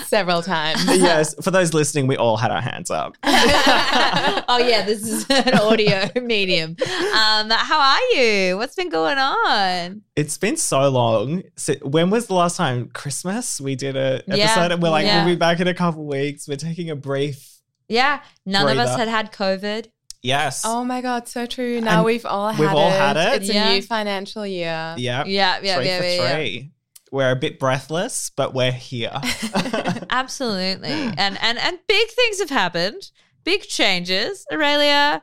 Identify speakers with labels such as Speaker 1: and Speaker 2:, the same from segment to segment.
Speaker 1: Several times.
Speaker 2: yes, for those listening, we all had our hands up.
Speaker 3: oh yeah, this is an audio medium. Um, how are you? What's been going on?
Speaker 2: It's been so long. Si- When was the last time? Christmas? We did a episode
Speaker 3: Yeah,
Speaker 2: and we're like,
Speaker 3: yeah.
Speaker 2: we'll be back in a couple weeks. We're taking a brief.
Speaker 3: Yeah, none of us
Speaker 2: Breather.
Speaker 3: had had COVID.
Speaker 2: Yes.
Speaker 1: Oh my God, so true. Now
Speaker 2: And
Speaker 1: we've all had
Speaker 2: we've
Speaker 1: it.
Speaker 2: all had it.
Speaker 1: It's
Speaker 3: Yeah.
Speaker 1: a new financial year.
Speaker 2: Yeah.
Speaker 3: Yeah, yeah,
Speaker 2: three
Speaker 3: yeah,
Speaker 2: for
Speaker 3: yeah, yeah.
Speaker 2: three. We're a bit breathless, but we're here.
Speaker 3: Absolutely, and and and big things have happened. Big changes, Aurelia.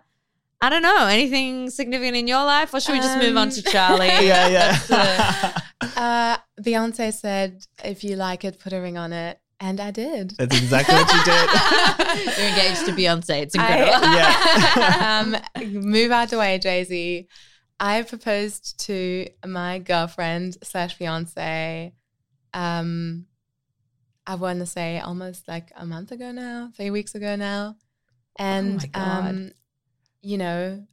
Speaker 3: I don't know anything significant in your life, or should we just move on
Speaker 1: Um,
Speaker 3: to Charlie?
Speaker 2: yeah, yeah.
Speaker 3: That's
Speaker 1: Uh, Beyonce said, if you like it, put a ring on it. And I did.
Speaker 2: That's exactly what you did.
Speaker 3: You're engaged to Beyonce. It's
Speaker 1: I-
Speaker 3: incredible.
Speaker 1: um, move out the way, Jay Z. I proposed to my girlfriend slash fiance. Um, I want to say almost like a month ago now, three weeks ago now, and
Speaker 3: Oh my God.
Speaker 1: um, you know,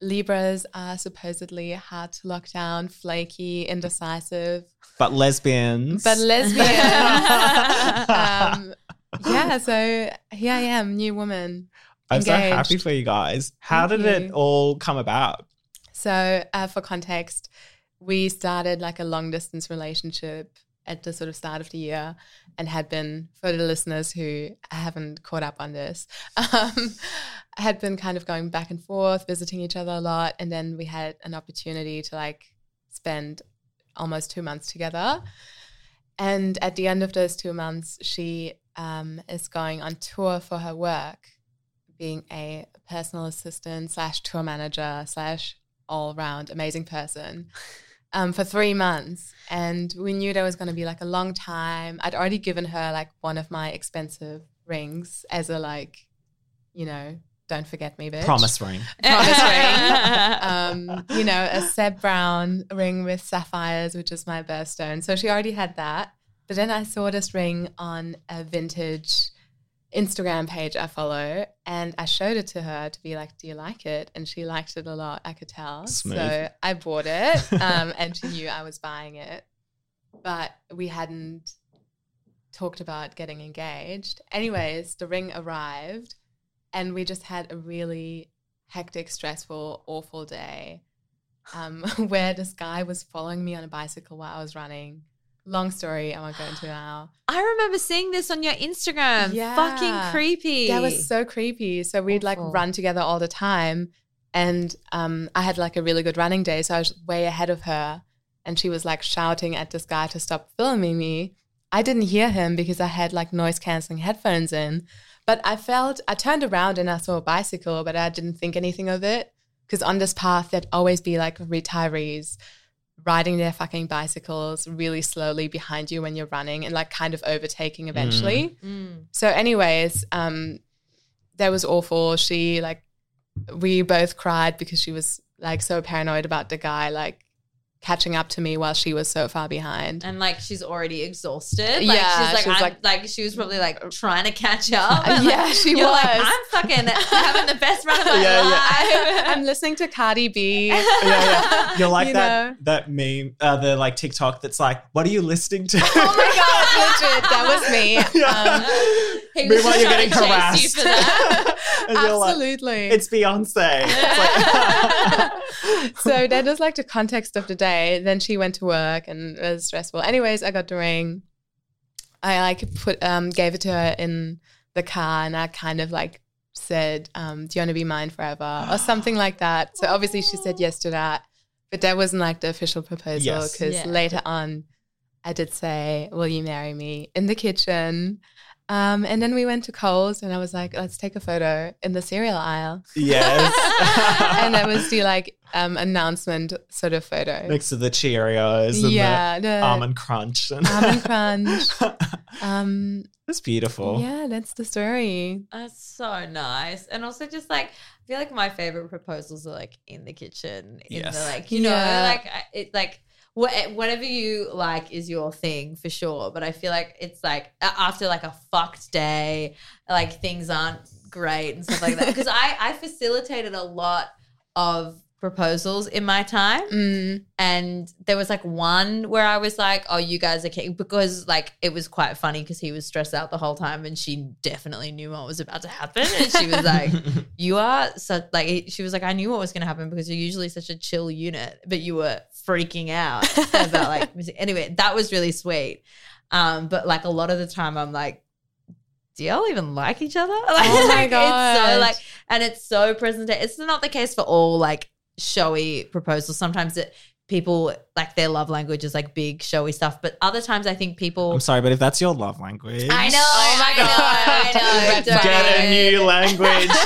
Speaker 1: Libras are supposedly hard to lock down, flaky, indecisive,
Speaker 2: But lesbians.
Speaker 1: but lesbian. um, yeah, so here I am, new woman.
Speaker 2: I'm so
Speaker 1: engaged.
Speaker 2: happy for you guys. How
Speaker 1: Thank
Speaker 2: did it
Speaker 1: you.
Speaker 2: all come about?
Speaker 1: So, uh, for context, we started like a long distance relationship at the sort of start of the year and had been, for the listeners who haven't caught up on this, um, had been kind of going back and forth, visiting each other a lot. And then we had an opportunity to like spend almost two months together. And at the end of those two months, she um, is going on tour for her work, being a personal assistant slash tour manager slash all round amazing person um, for three months. And we knew there was going to be like a long time. I'd already given her like one of my expensive rings as a like, you know, don't forget me, bitch.
Speaker 2: Promise ring.
Speaker 1: Promise ring. um, you know, a Seb Brown ring with sapphires, which is my birthstone. So she already had that. But then I saw this ring on a vintage Instagram page I follow, and I showed it to her to be like, "Do you like it?" And she liked it a lot. I could tell.
Speaker 2: Smooth.
Speaker 1: So I bought it, um, and she knew I was buying it, but we hadn't talked about getting engaged. Anyways, the ring arrived, and we just had a really hectic, stressful, awful day um, where this guy was following me on a bicycle while I was running. Long story, I won't go into now.
Speaker 3: I remember seeing this on your Instagram.
Speaker 1: Yeah.
Speaker 3: Fucking creepy.
Speaker 1: That was so creepy. So we'd like
Speaker 3: Awful.
Speaker 1: run together all the time. And um, I had like a really good running day, so I was way ahead of her. And she was like shouting at this guy to stop filming me. I didn't hear him because I had like noise canceling headphones in. But I felt, I turned around and I saw a bicycle, but I didn't think anything of it. Because on this path, there'd always be like retirees riding their fucking bicycles really slowly behind you when you're running and like kind of overtaking
Speaker 3: Mm.
Speaker 1: eventually. So, anyways, um, that was awful. She like we both cried because she was like so paranoid about the guy like catching up to me while she was so far behind.
Speaker 3: And like she's already exhausted. Like,
Speaker 1: Yeah,
Speaker 3: she's like,
Speaker 1: she was,
Speaker 3: I'm, like, she was probably like trying to catch up.
Speaker 1: Uh,
Speaker 3: And, like,
Speaker 1: yeah, she
Speaker 3: you're Like,
Speaker 1: was.
Speaker 3: I'm fucking having the best run of my
Speaker 2: Yeah, yeah.
Speaker 3: life.
Speaker 1: I'm listening to Cardi B.
Speaker 2: yeah, yeah. You're like
Speaker 1: You
Speaker 2: that
Speaker 1: know.
Speaker 2: that meme, uh, the like TikTok that's like, what are you listening to?
Speaker 1: Oh my god, legit, that was me. Um,
Speaker 3: He was
Speaker 2: Meanwhile,
Speaker 3: just
Speaker 2: you're
Speaker 3: trying
Speaker 2: getting
Speaker 3: to chase
Speaker 2: harassed.
Speaker 3: you for that.
Speaker 2: And you're like,
Speaker 1: absolutely.
Speaker 2: it's Beyonce. It's like,
Speaker 1: so that was like the context of the day. Then she went to work and it was stressful. Anyways, I got the ring. I like put um gave it to her in the car and I kind of like said, um, do you want to be mine forever? Or something like that. So obviously she said yes to that. But that wasn't like the official proposal
Speaker 2: Yes.
Speaker 1: because
Speaker 3: Yeah.
Speaker 1: later on I did say, Will you marry me? in the kitchen. Um, and then we went to Coles and I was like, let's take a photo in the cereal aisle
Speaker 2: yes.
Speaker 1: and that was the like um, announcement sort of photo.
Speaker 2: Next to the Cheerios and
Speaker 1: yeah,
Speaker 2: the
Speaker 1: the
Speaker 2: almond crunch. And
Speaker 1: almond crunch. Um,
Speaker 2: it's beautiful.
Speaker 1: yeah, that's the story.
Speaker 3: That's so nice. And also just like I feel like my favorite proposals are like in the kitchen. In
Speaker 2: Yes.
Speaker 3: the like, you
Speaker 1: Yeah.
Speaker 3: know, like I- it like wha- whatever you like is your thing for sure. But I feel like it's like a- after like a fucked day, like things aren't great and stuff like that. Because I, I facilitated a lot of proposals in my time
Speaker 1: Mm,
Speaker 3: and there was like one where I was like, "Oh, you guys are kidding," because like it was quite funny because he was stressed out the whole time, and she definitely knew what was about to happen, and she was like, "You are such like," she was like, "I knew what was going to happen because you're usually such a chill unit, but you were freaking out about like music." Anyway, that was really sweet, um, but like a lot of the time, I'm like. Do y'all even like each other? Like,
Speaker 1: Oh my
Speaker 3: It's so
Speaker 1: God.
Speaker 3: like, and it's so present. It's not the case for all like showy proposals. Sometimes it people like their love language is like big showy stuff but other times i think people
Speaker 2: I'm sorry, but if that's your love language,
Speaker 3: i know oh my god i know, I know
Speaker 1: Red
Speaker 2: get
Speaker 3: Don't.
Speaker 2: a new language. Like,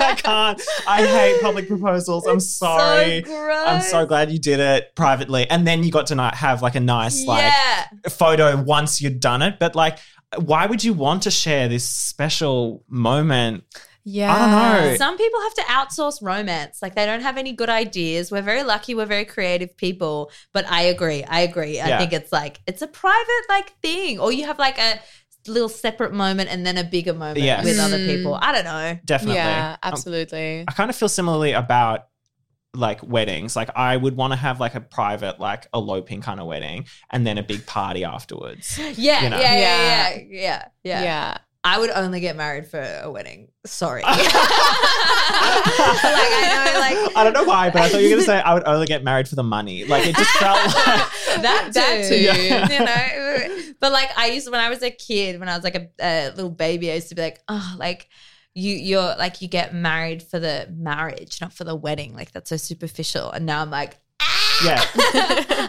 Speaker 2: I can't. I hate public proposals. I'm sorry.
Speaker 3: so gross.
Speaker 2: I'm so glad you did it privately, and then you got to not have like a nice like
Speaker 3: yeah
Speaker 2: photo once you'd done it. But like, why would you want to share this special moment?
Speaker 1: yeah,
Speaker 2: I don't know.
Speaker 3: Uh, some people have to outsource romance like they don't have any good ideas we're very lucky we're very creative people but i agree i agree i
Speaker 2: Yeah.
Speaker 3: think it's like it's a private like thing or you have like a little separate moment and then a bigger moment
Speaker 2: Yes.
Speaker 3: with other
Speaker 1: Mm.
Speaker 3: people i don't know
Speaker 2: Definitely.
Speaker 1: Yeah,
Speaker 2: Um,
Speaker 1: absolutely.
Speaker 2: I kind of feel similarly about like weddings. Like I would want to have like a private, like eloping kind of wedding, and then a big party afterwards.
Speaker 3: yeah,
Speaker 2: You know.
Speaker 3: yeah, yeah,
Speaker 1: Yeah.
Speaker 3: yeah, yeah,
Speaker 1: yeah.
Speaker 3: yeah. I would only get married for a wedding. Sorry. like I know, like
Speaker 2: I don't know why, but I thought you were gonna say I would only get married for the money. Like it just felt like
Speaker 3: that
Speaker 1: That
Speaker 3: that
Speaker 1: too.
Speaker 3: too.
Speaker 2: Yeah.
Speaker 3: You know, but like I used when I was a kid, when I was like a, a little baby, I used to be like, oh, like you, you're like you get married for the marriage, not for the wedding. Like that's so superficial. And now I'm like,
Speaker 2: yeah.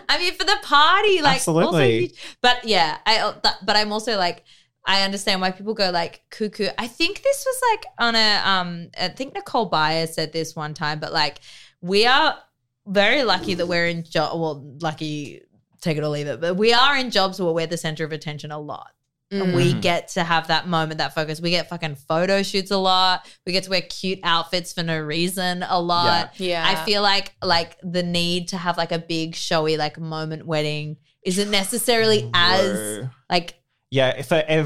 Speaker 3: I mean, for the party, like Also
Speaker 2: Absolutely.
Speaker 3: you- but yeah, I. th- But I'm also like, I understand why people go like cuckoo. I think this was like on a. Um, I think Nicole Byers said this one time, but like we are very lucky that we're in job. Well, lucky. Take it or leave it, but we are in jobs where we're the center of attention a lot. And
Speaker 1: Mm.
Speaker 3: we
Speaker 2: Mhm.
Speaker 3: get to have that moment, that focus. We get fucking photo shoots a lot. We get to wear cute outfits for no reason a lot.
Speaker 1: yeah,
Speaker 3: I feel like like the need to have like a big showy like moment wedding isn't necessarily as
Speaker 2: Whoa.
Speaker 3: like
Speaker 2: yeah for every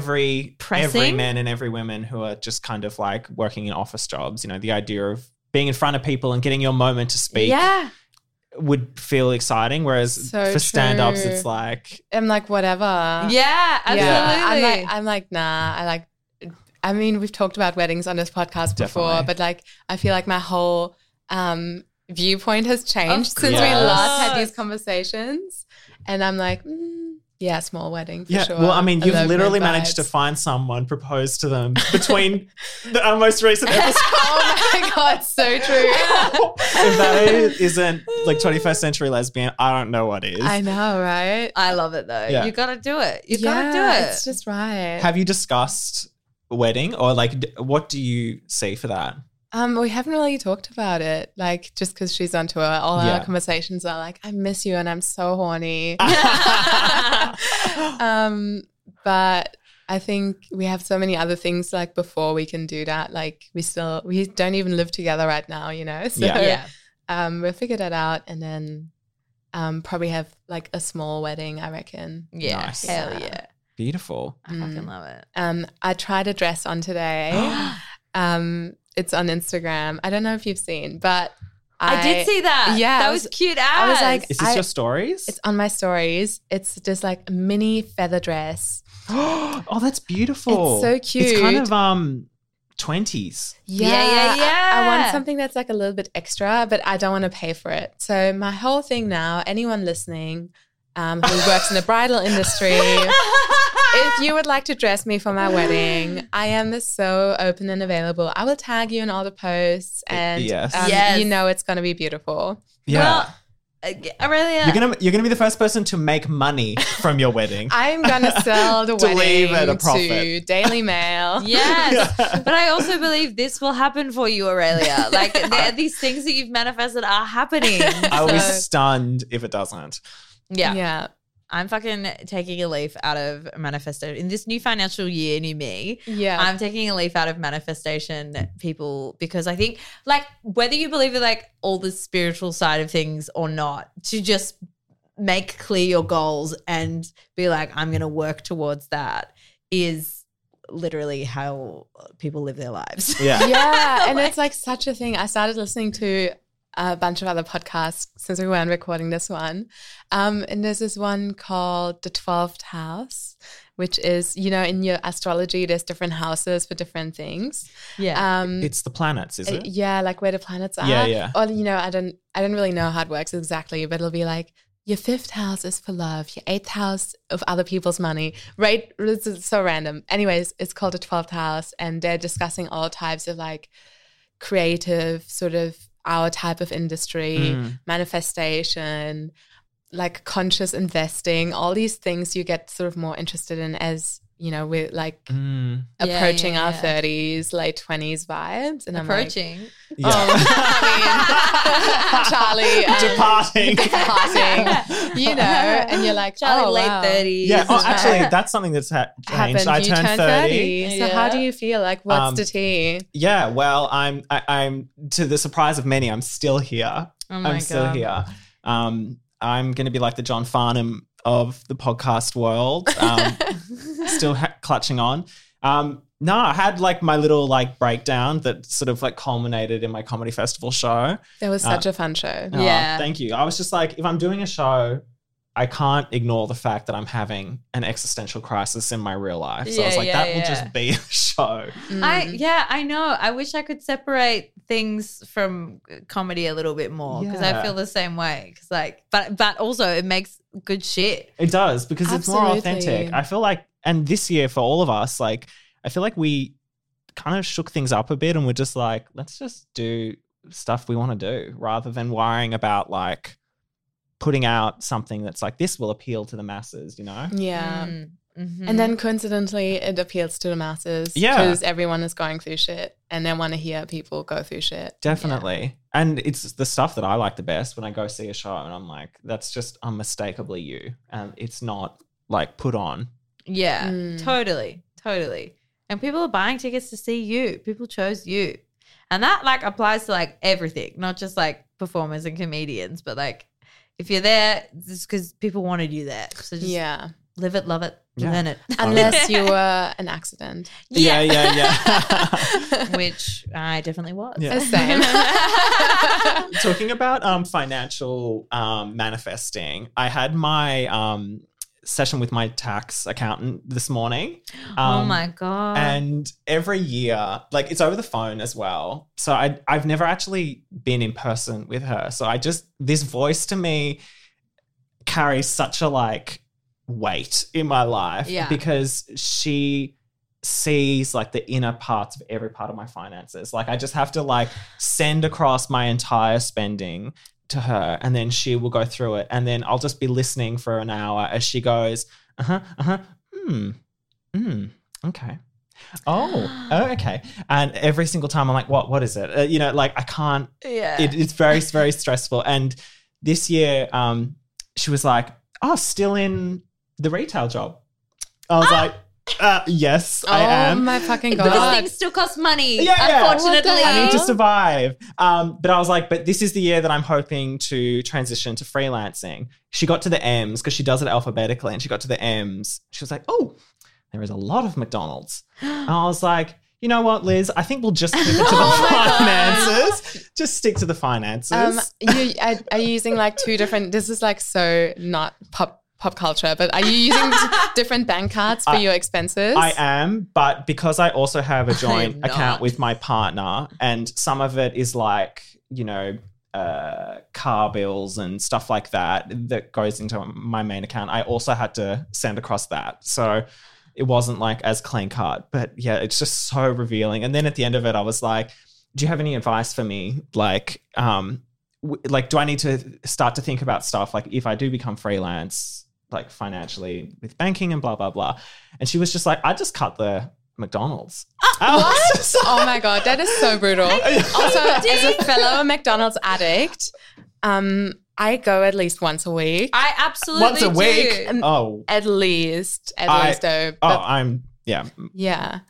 Speaker 2: every
Speaker 3: Pressing?
Speaker 2: man and every woman who are just kind of like working in office jobs. You know, the idea of being in front of people and getting your moment to speak
Speaker 3: yeah
Speaker 2: would feel exciting. Whereas
Speaker 1: So
Speaker 2: for stand ups,
Speaker 1: true.
Speaker 2: it's like
Speaker 1: I'm like whatever.
Speaker 3: yeah absolutely
Speaker 1: Yeah, I'm like, I'm like, nah. I like. I mean, we've talked about weddings on this podcast before,
Speaker 2: Definitely.
Speaker 1: but like, I feel like my whole um, viewpoint has changed
Speaker 3: Of
Speaker 1: since we
Speaker 2: course.
Speaker 1: last had these conversations, and I'm like, mm, Yeah, small wedding for
Speaker 2: yeah.
Speaker 1: sure.
Speaker 2: Well, I mean, you've
Speaker 1: Elopement
Speaker 2: literally managed to
Speaker 1: vibes.
Speaker 2: find someone, propose to them between the, our most recent episode.
Speaker 1: oh my god, so true.
Speaker 2: if that isn't like 21st century lesbian, I don't know what is.
Speaker 1: I know, right?
Speaker 3: I love it though.
Speaker 2: Yeah.
Speaker 3: You gotta do it. You
Speaker 1: Yeah,
Speaker 3: gotta do it.
Speaker 1: It's just right.
Speaker 2: Have you discussed wedding or like d- what do you see for that?
Speaker 1: Um, we haven't really talked about it, like just because she's on tour. All
Speaker 2: Yeah.
Speaker 1: our conversations are like, "I miss you," and I'm so horny.
Speaker 2: yeah.
Speaker 1: um, but I think we have so many other things like before we can do that. Like we still we don't even live together right now, you know. So
Speaker 2: Yeah.
Speaker 3: yeah.
Speaker 1: um, we'll figure that out, and then um, probably have like a small wedding. I reckon.
Speaker 3: Yeah.
Speaker 2: Nice.
Speaker 3: Hell yeah.
Speaker 2: Beautiful.
Speaker 3: I fucking
Speaker 1: Mm.
Speaker 3: love it.
Speaker 1: Um, I tried a dress on today. um, it's on Instagram. I don't know if you've seen, but
Speaker 3: I, did see that.
Speaker 1: yeah,
Speaker 3: That
Speaker 1: I
Speaker 3: was,
Speaker 1: was-
Speaker 3: cute
Speaker 1: I was
Speaker 3: ass.
Speaker 1: like,
Speaker 2: Is this
Speaker 1: I-
Speaker 2: your stories?
Speaker 1: It's on my stories. It's just like a mini feather dress.
Speaker 2: oh, that's beautiful.
Speaker 1: It's so
Speaker 2: It's kind
Speaker 1: cute.
Speaker 2: of um 20s.
Speaker 3: Yeah, yeah,
Speaker 1: I- I,
Speaker 3: yeah.
Speaker 1: want something that's like a little bit extra, but I don't want to pay for it. So my whole thing now, anyone listening um, who works in the bridal industry, if you would like to dress me for my wedding, I am so open and available. I will tag you in all the posts, and
Speaker 2: Yes.
Speaker 1: um,
Speaker 3: Yes.
Speaker 1: you know it's going to be beautiful.
Speaker 2: Yeah.
Speaker 3: Well, ag- Aurelia.
Speaker 2: you're gonna you're gonna be the first person to make money from your wedding.
Speaker 1: I'm going to sell the
Speaker 2: To leave
Speaker 1: wedding
Speaker 2: at a
Speaker 1: to
Speaker 2: profit.
Speaker 1: Daily Mail.
Speaker 3: Yes.
Speaker 2: Yeah.
Speaker 3: But I also believe this will happen for you, Aurelia. Like there, these things that you've manifested are happening.
Speaker 2: I will be
Speaker 3: So-
Speaker 2: stunned if it doesn't.
Speaker 3: yeah.
Speaker 1: yeah.
Speaker 3: I'm fucking taking a leaf out of manifesto in this new financial year, new me.
Speaker 1: Yeah.
Speaker 3: I'm taking a leaf out of manifestation people because I think like whether you believe in like all the spiritual side of things or not, to just make clear your goals and be like, I'm gonna work towards that is literally how people live their lives.
Speaker 2: Yeah.
Speaker 1: yeah and it's like such a thing i started listening to a bunch of other podcasts since we weren't recording this one um, and there's this one called the 12th house which is you know in your astrology there's different houses for different things
Speaker 3: Yeah.
Speaker 1: um,
Speaker 2: It's the planets, is
Speaker 1: uh,
Speaker 2: it?
Speaker 1: yeah like where the planets are
Speaker 2: Yeah, yeah.
Speaker 1: or you know i don't i don't really know how it works exactly but it'll be like your fifth house is for love your eighth house of other people's money right this is so random anyways it's called the 12th house and they're discussing all types of like creative sort of our type of industry
Speaker 2: Mm.
Speaker 1: manifestation like conscious investing all these things you get sort of more interested in as you know we're like
Speaker 2: Mm.
Speaker 3: Yeah, yeah,
Speaker 1: approaching our
Speaker 3: yeah.
Speaker 1: 30s late 20s vibes and i'm like
Speaker 3: Approaching.
Speaker 2: Yeah.
Speaker 1: Oh, Um, Charlie, um,
Speaker 2: Departing.
Speaker 1: parting, you know, and you're like,
Speaker 3: Charlie
Speaker 1: oh,
Speaker 3: late
Speaker 1: wow.
Speaker 3: 30s.
Speaker 2: Yeah. Oh,
Speaker 3: is my-
Speaker 2: actually, that's something that's ha- changed.
Speaker 1: Happened.
Speaker 2: I
Speaker 1: you
Speaker 2: turned, 30.
Speaker 1: So how
Speaker 3: Yeah.
Speaker 1: do you feel? Like, what's
Speaker 2: Um,
Speaker 1: the tea?
Speaker 2: Yeah. Well, I'm. I, I'm to the surprise of many. I'm still here.
Speaker 3: Oh
Speaker 2: I'm still here. Um, I'm going to be like the John Farnham of the podcast world. Um, still ha- clutching on. Um, no, I had like my little like breakdown that sort of like culminated in my comedy festival show.
Speaker 1: That was such a fun show.
Speaker 2: Oh,
Speaker 3: Yeah.
Speaker 2: Thank you. I was just like, if I'm doing a show, I can't ignore the fact that I'm having an existential crisis in my real life. So I was
Speaker 3: Yeah,
Speaker 2: like,
Speaker 3: yeah,
Speaker 2: that will
Speaker 3: yeah.
Speaker 2: just be a show.
Speaker 1: Mm.
Speaker 3: I yeah, I know. I wish I could separate things from uh, comedy a little bit more because I
Speaker 2: Yeah.
Speaker 3: feel the same way. Because like, but but also it makes good shit.
Speaker 2: It does because it's more
Speaker 1: Absolutely.
Speaker 2: authentic. I feel like, and this year for all of us, like, I feel like we kind of shook things up a bit and we're just like, let's just do stuff we want to do rather than worrying about like putting out something that's like, this will appeal to the masses, you know?
Speaker 1: yeah.
Speaker 3: Mm. Mhm.
Speaker 1: And then coincidentally, it appeals to the masses.
Speaker 2: Yeah.
Speaker 1: Because everyone is going through shit and they want to hear people go through shit.
Speaker 2: Definitely. And it's the stuff that I like the best when I go see a show and I'm like, that's just unmistakably you. And it's not like put on.
Speaker 3: yeah,
Speaker 1: Mm.
Speaker 3: totally, totally. And people are buying tickets to see you. People chose you, and that like applies to like everything, not just like performers and comedians, but like if you're there, it's because people wanted you there. So just
Speaker 1: Yeah.
Speaker 3: live it, love it,
Speaker 2: Yeah.
Speaker 3: learn it.
Speaker 1: Unless you were an accident.
Speaker 2: Yeah, yeah, yeah.
Speaker 3: which I definitely was.
Speaker 2: Yeah.
Speaker 1: The same.
Speaker 2: Oh Talking about um, financial um, manifesting, I had my um, session with my tax accountant this morning.
Speaker 3: oh
Speaker 2: Um,
Speaker 3: my god.
Speaker 2: And every year, like it's over the phone as well. So I I've never actually been in person with her. So I just this voice to me carries such a like weight in my life
Speaker 3: Yeah.
Speaker 2: because she sees like the inner parts of every part of my finances. Like I just have to like send across my entire spending to her and then she will go through it and then I'll just be listening for an hour as she goes, "Uh-huh, uh-huh. Hmm. Hmm. Okay. Oh, oh, okay. And every single time I'm like, "What what is it?" Uh, you know, like I can't
Speaker 3: Yeah.
Speaker 2: it, it's very very stressful and this year um she was like oh still in the retail job i was like uh, yes i
Speaker 1: oh
Speaker 2: am
Speaker 1: my fucking
Speaker 3: But this
Speaker 1: god!
Speaker 3: thing still costs money,
Speaker 2: Yeah, yeah.
Speaker 3: unfortunately.
Speaker 2: I need to survive. Um, but I was like, but this is the year that I'm hoping to transition to freelancing. She got to the M's because she does it alphabetically, and she got to the M's. She was like, oh, there is a lot of McDonald's. And I was like, you know what, Liz? I think we'll just stick it to the
Speaker 3: Oh
Speaker 2: finances. Just stick to the finances.
Speaker 1: Um, you are, are you using like two different? This is like so not pop pop culture, but are you using d- different bank cards for
Speaker 2: I-
Speaker 1: your expenses?
Speaker 2: I am, but because I also have a joint
Speaker 3: am not.
Speaker 2: account with my partner, and some of it is like, you know, uh, car bills and stuff like that that goes into my main account. I also had to send across that. So it wasn't like as clean cut, but yeah, it's just so revealing. And then at the end of it, I was like, do you have any advice for me? Like, um, w- like, do I need to start to think about stuff like if I do become freelance, like financially with banking and blah blah blah? And she was just like, I just cut the McDonald's. I
Speaker 3: Ah,
Speaker 2: was just like-
Speaker 1: Oh my god, that is so brutal. also, as a fellow McDonald's addict, um, I go at least once a week.
Speaker 3: I absolutely
Speaker 2: once a
Speaker 3: do.
Speaker 2: week. Oh,
Speaker 1: At least, at
Speaker 2: I-
Speaker 1: least, though.
Speaker 2: oh,
Speaker 1: But
Speaker 2: I'm yeah.
Speaker 1: yeah,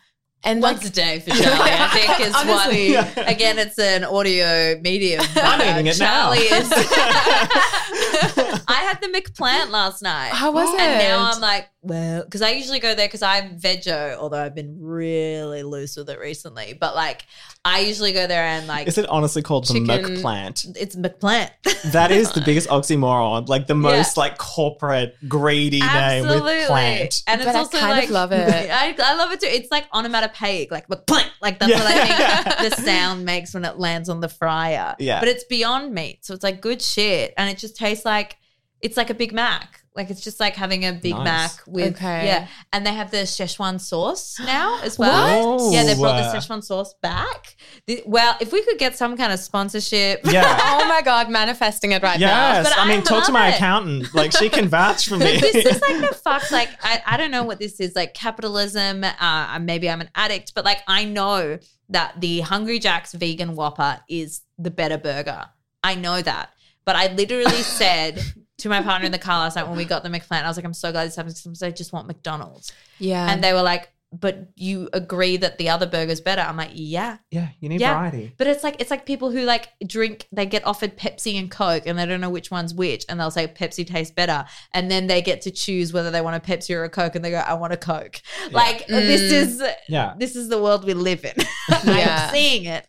Speaker 1: and
Speaker 3: Once
Speaker 1: like,
Speaker 3: a day for Charlie, I think is
Speaker 1: Honestly.
Speaker 3: one. Again, it's an audio medium.
Speaker 2: I'm eating it now.
Speaker 3: Charlie is. I had the McPlant last night.
Speaker 1: how was it?
Speaker 3: And now I'm like, well, because I usually go there because I'm veggie, although I've been really loose with it recently. But like, I usually go there and like,
Speaker 2: Is it honestly called the
Speaker 1: Chicken-
Speaker 2: milk plant?
Speaker 3: it's McPlant.
Speaker 2: That is the biggest oxymoron, like the most like corporate greedy name with plant.
Speaker 3: And it's
Speaker 1: But I
Speaker 3: also
Speaker 1: kind of
Speaker 3: like,
Speaker 1: love it.
Speaker 3: I, I love it too. It's like onomatopoeic, like McPlant. Like that's
Speaker 2: Yeah.
Speaker 3: what I think the sound makes when it lands on the fryer.
Speaker 2: Yeah.
Speaker 3: But it's beyond meat. So it's like good shit. And it just tastes like, it's like a Big Mac. Like it's just like having a Big
Speaker 2: Nice.
Speaker 3: Mac with,
Speaker 1: Okay.
Speaker 3: yeah. And they have the Szechuan sauce now as well.
Speaker 2: What?
Speaker 3: Yeah, they brought the
Speaker 2: Whoa.
Speaker 3: Szechuan sauce back. The- well, if we could get some kind of sponsorship.
Speaker 2: Yeah.
Speaker 1: oh my god, manifesting it right now.
Speaker 2: Yes,
Speaker 3: but
Speaker 2: I,
Speaker 3: I
Speaker 2: mean, talk to
Speaker 3: love
Speaker 2: my
Speaker 3: it.
Speaker 2: accountant. Like, she can vouch for me.
Speaker 3: But this is like the fuck. Like I, I don't know what this is. Like capitalism. Uh, maybe I'm an addict, but like I know that the Hungry Jack's vegan Whopper is the better burger. I know that, but I literally said to my partner in the car last night when we got the McPlant, I was like, I'm so glad this happens because I just want McDonald's,
Speaker 1: Yeah,
Speaker 3: and they were like. But you agree that the other burger's better? I'm like, yeah.
Speaker 2: yeah, you need
Speaker 3: Yeah.
Speaker 2: variety.
Speaker 3: But it's like it's like people who like drink, they get offered Pepsi and Coke and they don't know which one's which and they'll say Pepsi tastes better and then they get to choose whether they want a Pepsi or a Coke and they go I want a Coke. Like this is
Speaker 2: Yeah.
Speaker 3: this is the world we live in.
Speaker 1: Yeah.
Speaker 3: I'm seeing it.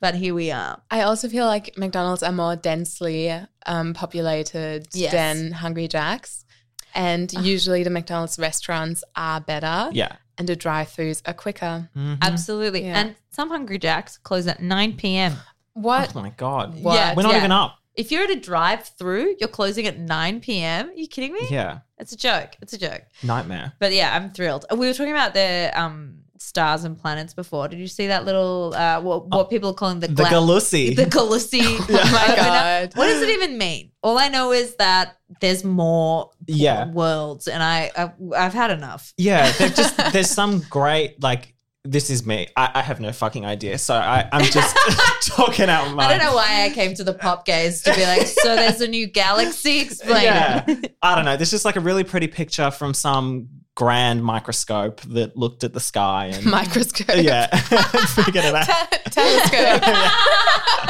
Speaker 3: But here we are.
Speaker 1: I also feel like McDonald's are more densely um, populated
Speaker 3: Yes. Ah.
Speaker 1: than Hungry Jack's. And usually the McDonald's restaurants are better
Speaker 2: Yeah.
Speaker 1: and the drive throughs are quicker.
Speaker 2: Mm-hmm.
Speaker 3: Absolutely.
Speaker 1: Yeah.
Speaker 3: And some Hungry Jacks close at 9 p.m.
Speaker 2: Oh
Speaker 1: What?
Speaker 2: my God.
Speaker 1: What?
Speaker 3: Yeah,
Speaker 2: We're not
Speaker 3: yeah.
Speaker 2: even up.
Speaker 3: If you're at a drive-through, you're closing at 9 p.m. Are you kidding me?
Speaker 2: Yeah.
Speaker 3: It's a joke. It's a joke.
Speaker 2: Nightmare.
Speaker 3: But yeah, I'm thrilled. Uh, We were talking about the um, stars and planets before. Did you see that little uh, what what people are calling the
Speaker 2: Oh, The
Speaker 3: gla-
Speaker 2: Galussi.
Speaker 3: The Galussi.
Speaker 1: Oh my God.
Speaker 3: What does it even mean? All I know is that there's more
Speaker 2: Yeah.
Speaker 3: worlds, and I, I I've had enough.
Speaker 2: Yeah, they're just there's some great like this is me. I, I have no fucking idea. So I, I'm just talking out my
Speaker 3: I don't know why I came to the pop gaze to be like, so there's a new galaxy. Explain
Speaker 2: Yeah.
Speaker 3: it.
Speaker 2: I don't know. There's just like a really pretty picture from some grand microscope that looked at the sky and
Speaker 1: Microscope.
Speaker 2: Ah. yeah, figured it out.
Speaker 1: Telescope.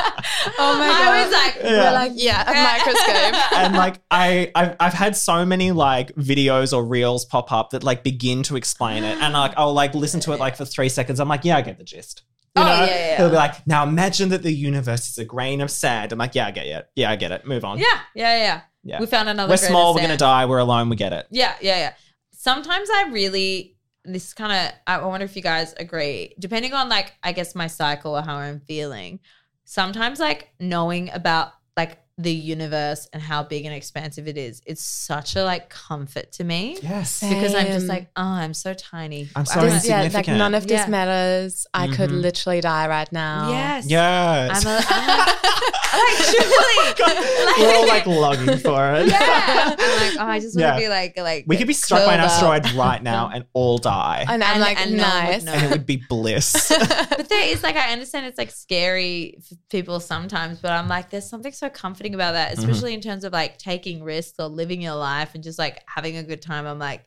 Speaker 1: Oh my God.
Speaker 3: I was like,
Speaker 2: Yeah.
Speaker 1: We're like, yeah, a microscope.
Speaker 2: And like I, I've, I've had so many like videos or reels pop up that like begin to explain it, and like I'll like listen to it like for three seconds. I'm like, yeah, I get the gist. You
Speaker 3: Oh,
Speaker 2: know?
Speaker 3: yeah, yeah.
Speaker 2: It'll be like, now imagine that the universe is a grain of sand. I'm like, yeah, I get it. Yeah, I get it. Move on.
Speaker 3: yeah, yeah, yeah.
Speaker 2: Yeah.
Speaker 3: We found another.
Speaker 2: we're
Speaker 3: grain of
Speaker 2: small. We're gonna
Speaker 3: sand.
Speaker 2: die. We're alone. We get it.
Speaker 3: Yeah, yeah, yeah. Sometimes I really this kind of I wonder if you guys agree. Depending on like I guess my cycle or how I'm feeling. Sometimes like knowing about like the universe and how big and expansive it is. It's such a like comfort to me
Speaker 2: Yes.
Speaker 3: because I'm just
Speaker 1: Same.
Speaker 3: like, oh, I'm so tiny.
Speaker 2: I'm so
Speaker 3: I'm
Speaker 1: This- yeah, like
Speaker 2: insignificant.
Speaker 1: none of this
Speaker 3: Yeah.
Speaker 1: matters. I could
Speaker 2: Mhm.
Speaker 1: literally die right now.
Speaker 3: Yes.
Speaker 2: Yes.
Speaker 3: I'm a, I'm a, like, oh, truly.
Speaker 2: We're all like longing for it.
Speaker 3: yeah. I'm like, oh, I just want to
Speaker 2: Yeah.
Speaker 3: be like, like
Speaker 2: We could be struck by an
Speaker 3: curled up.
Speaker 2: asteroid right now and all die.
Speaker 1: And I'm
Speaker 3: And-
Speaker 1: like,
Speaker 3: and no one would
Speaker 1: nice.
Speaker 3: know.
Speaker 2: and it would be bliss.
Speaker 3: But there is like I understand it's like scary for people sometimes, but I'm like, there's something so comforting about that,
Speaker 1: Mm-hmm.
Speaker 3: especially in terms of like taking risks or living your life and just like having a good time. I'm like,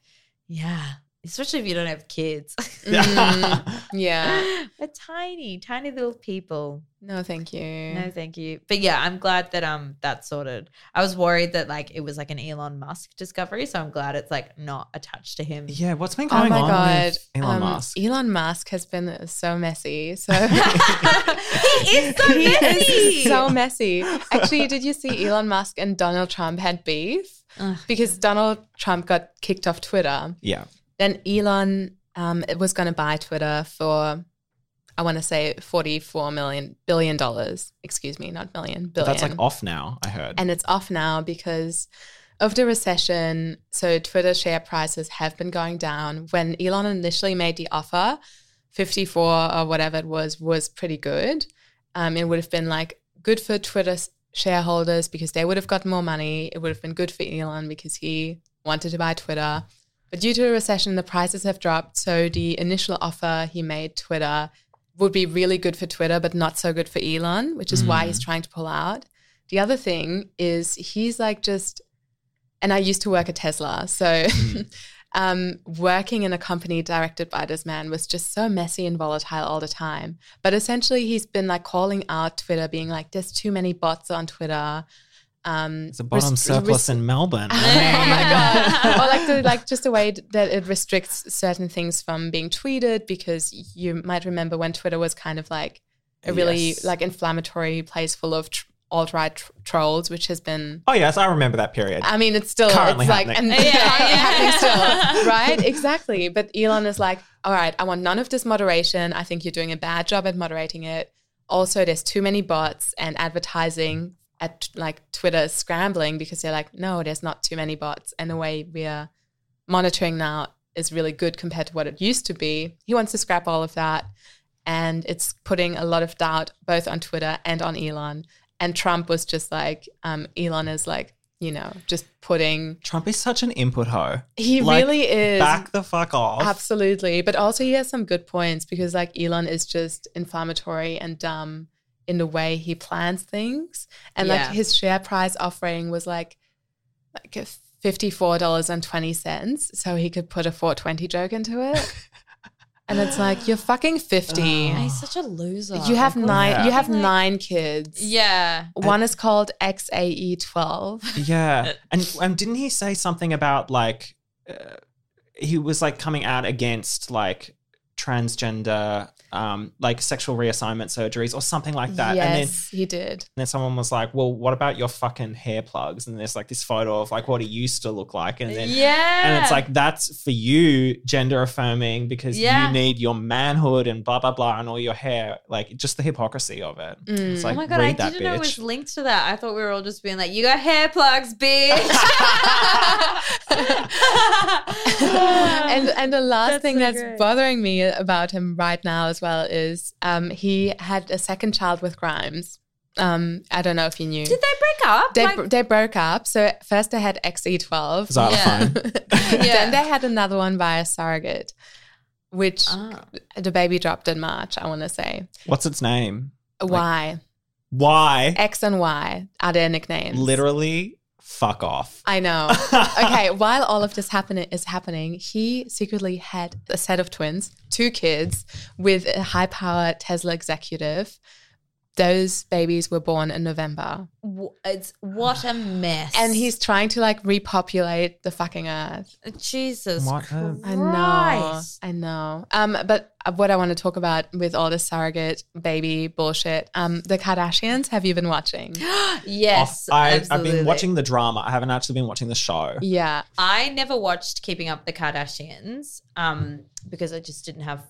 Speaker 3: yeah, especially if you don't have kids.
Speaker 1: Mm, yeah.
Speaker 3: We're tiny, tiny little people.
Speaker 1: No, thank you.
Speaker 3: No, thank you. But yeah, I'm glad that um that's sorted. I was worried that like it was like an Elon Musk discovery, so I'm glad it's like not attached to him.
Speaker 2: yeah, what's been
Speaker 1: Oh
Speaker 2: going
Speaker 1: my
Speaker 2: on
Speaker 1: god,
Speaker 2: with Elon
Speaker 1: Um,
Speaker 2: Musk?
Speaker 1: Elon Musk has been so messy. So
Speaker 3: he is so
Speaker 1: He is
Speaker 3: messy.
Speaker 1: so messy. Actually, did you see Elon Musk and Donald Trump had beef
Speaker 3: Ugh.
Speaker 1: because Donald Trump got kicked off Twitter?
Speaker 2: Yeah.
Speaker 1: Then Elon um, was going to buy Twitter for. I want to say forty-four million billion dollars. Excuse me, not million,
Speaker 2: But
Speaker 1: billion.
Speaker 2: that's like off now, I heard.
Speaker 1: and it's off now because of the recession. So Twitter share prices have been going down. When Elon initially made the offer, 54 or whatever it was was pretty good. Um, it would have been like good for Twitter s- shareholders because they would have gotten more money. It would have been good for Elon because he wanted to buy Twitter. But due to the recession, the prices have dropped. So the initial offer he made Twitter would be really good for Twitter, but not so good for Elon, which is why
Speaker 2: Mm.
Speaker 1: he's trying to pull out. The other thing is he's like just, and I used to work at Tesla. So
Speaker 2: Mm.
Speaker 1: um, working in a company directed by this man was just so messy and volatile all the time. But essentially, he's been like calling out Twitter, being like, there's too many bots on Twitter. Um,
Speaker 2: it's a bottom
Speaker 1: res- res-
Speaker 2: surplus in Melbourne.
Speaker 1: oh my god!
Speaker 3: Yeah.
Speaker 1: or like the, like just the way that it restricts certain things from being tweeted because you might remember when Twitter was kind of like a really
Speaker 2: Yes.
Speaker 1: like inflammatory place full of tr- alt right tr- trolls, which has been.
Speaker 2: Oh, yes, I remember that period.
Speaker 1: I mean, it's still
Speaker 2: Currently
Speaker 1: it's like
Speaker 2: happening.
Speaker 1: and
Speaker 3: Yeah,
Speaker 1: currently
Speaker 3: yeah.
Speaker 1: happening still, right? Exactly. But Elon is like, all right, I want none of this moderation. I think you're doing a bad job at moderating it. Also, there's too many bots and advertising at like Twitter is scrambling because they're like, no, there's not too many bots, and the way we are monitoring now is really good compared to what it used to be. He wants to scrap all of that. And it's putting a lot of doubt both on Twitter and on Elon. And Trump was just like, um, Elon is like, you know, just putting.
Speaker 2: Trump is such an input hoe.
Speaker 1: He
Speaker 2: Like,
Speaker 1: really is.
Speaker 2: Back the fuck off.
Speaker 1: Absolutely. But also, he has some good points because, like, Elon is just inflammatory and dumb in the way he plans things. And,
Speaker 3: Yeah.
Speaker 1: like, his share price offering was like, like $54.20. So he could put a 420 joke into it. and it's like, you're fucking 50.
Speaker 3: He's such a loser.
Speaker 1: Oh. you have
Speaker 3: Like, what-
Speaker 1: nine.
Speaker 2: Yeah.
Speaker 1: You have
Speaker 3: Like-
Speaker 1: nine kids.
Speaker 3: Yeah.
Speaker 1: One is called E XAE12.
Speaker 2: Yeah, and and didn't he say something about like uh, he was like coming out against like transgender, um, like sexual reassignment surgeries or something like that? And then
Speaker 1: Yes, he did.
Speaker 2: and then someone was like, "Well, what about your fucking hair plugs?" And there's like this photo of like what he used to look like, and then.
Speaker 3: yeah.
Speaker 2: And it's like that's for you, gender affirming, because
Speaker 3: Yeah.
Speaker 2: you need your manhood and blah blah blah, and all your hair, like just the hypocrisy of it. It's
Speaker 1: Mm.
Speaker 2: like
Speaker 3: oh my god,
Speaker 2: read
Speaker 3: I
Speaker 2: that
Speaker 3: didn't know it was
Speaker 2: bitch.
Speaker 3: linked to that. I thought we were all just being like, "You got hair plugs, bitch."
Speaker 1: and and the last
Speaker 3: That's
Speaker 1: thing
Speaker 3: so
Speaker 1: that's
Speaker 3: great.
Speaker 1: bothering me about him right now as well is um, he had a second child with Grimes. Um, I don't know if you knew.
Speaker 3: did they break up?
Speaker 1: They,
Speaker 3: Like-
Speaker 1: they broke up. So first they had XE12.
Speaker 2: Xylophone.
Speaker 1: then they had another one via surrogate, which
Speaker 3: Ah.
Speaker 1: the baby dropped in March, I want to say.
Speaker 2: What's its name?
Speaker 1: Why?
Speaker 2: Why?
Speaker 1: X and Y are their nicknames.
Speaker 2: literally fuck off.
Speaker 1: I know. okay, while all of this happen- is happening, he secretly had a set of twins, two kids, with a high power Tesla executive. Those babies were born in November.
Speaker 3: W- it's what a mess.
Speaker 1: And he's trying to like repopulate the fucking earth.
Speaker 3: Jesus.
Speaker 2: What a-
Speaker 1: I know.
Speaker 3: Christ.
Speaker 1: I know. Um, but what I want to talk about with all this surrogate baby bullshit, um, the Kardashians, have you been watching?
Speaker 3: Yes,
Speaker 2: Oh, I, I've
Speaker 3: absolutely.
Speaker 2: been watching the drama. I haven't actually been watching the show.
Speaker 1: yeah.
Speaker 3: I never watched Keeping Up the Kardashians um, because I just didn't have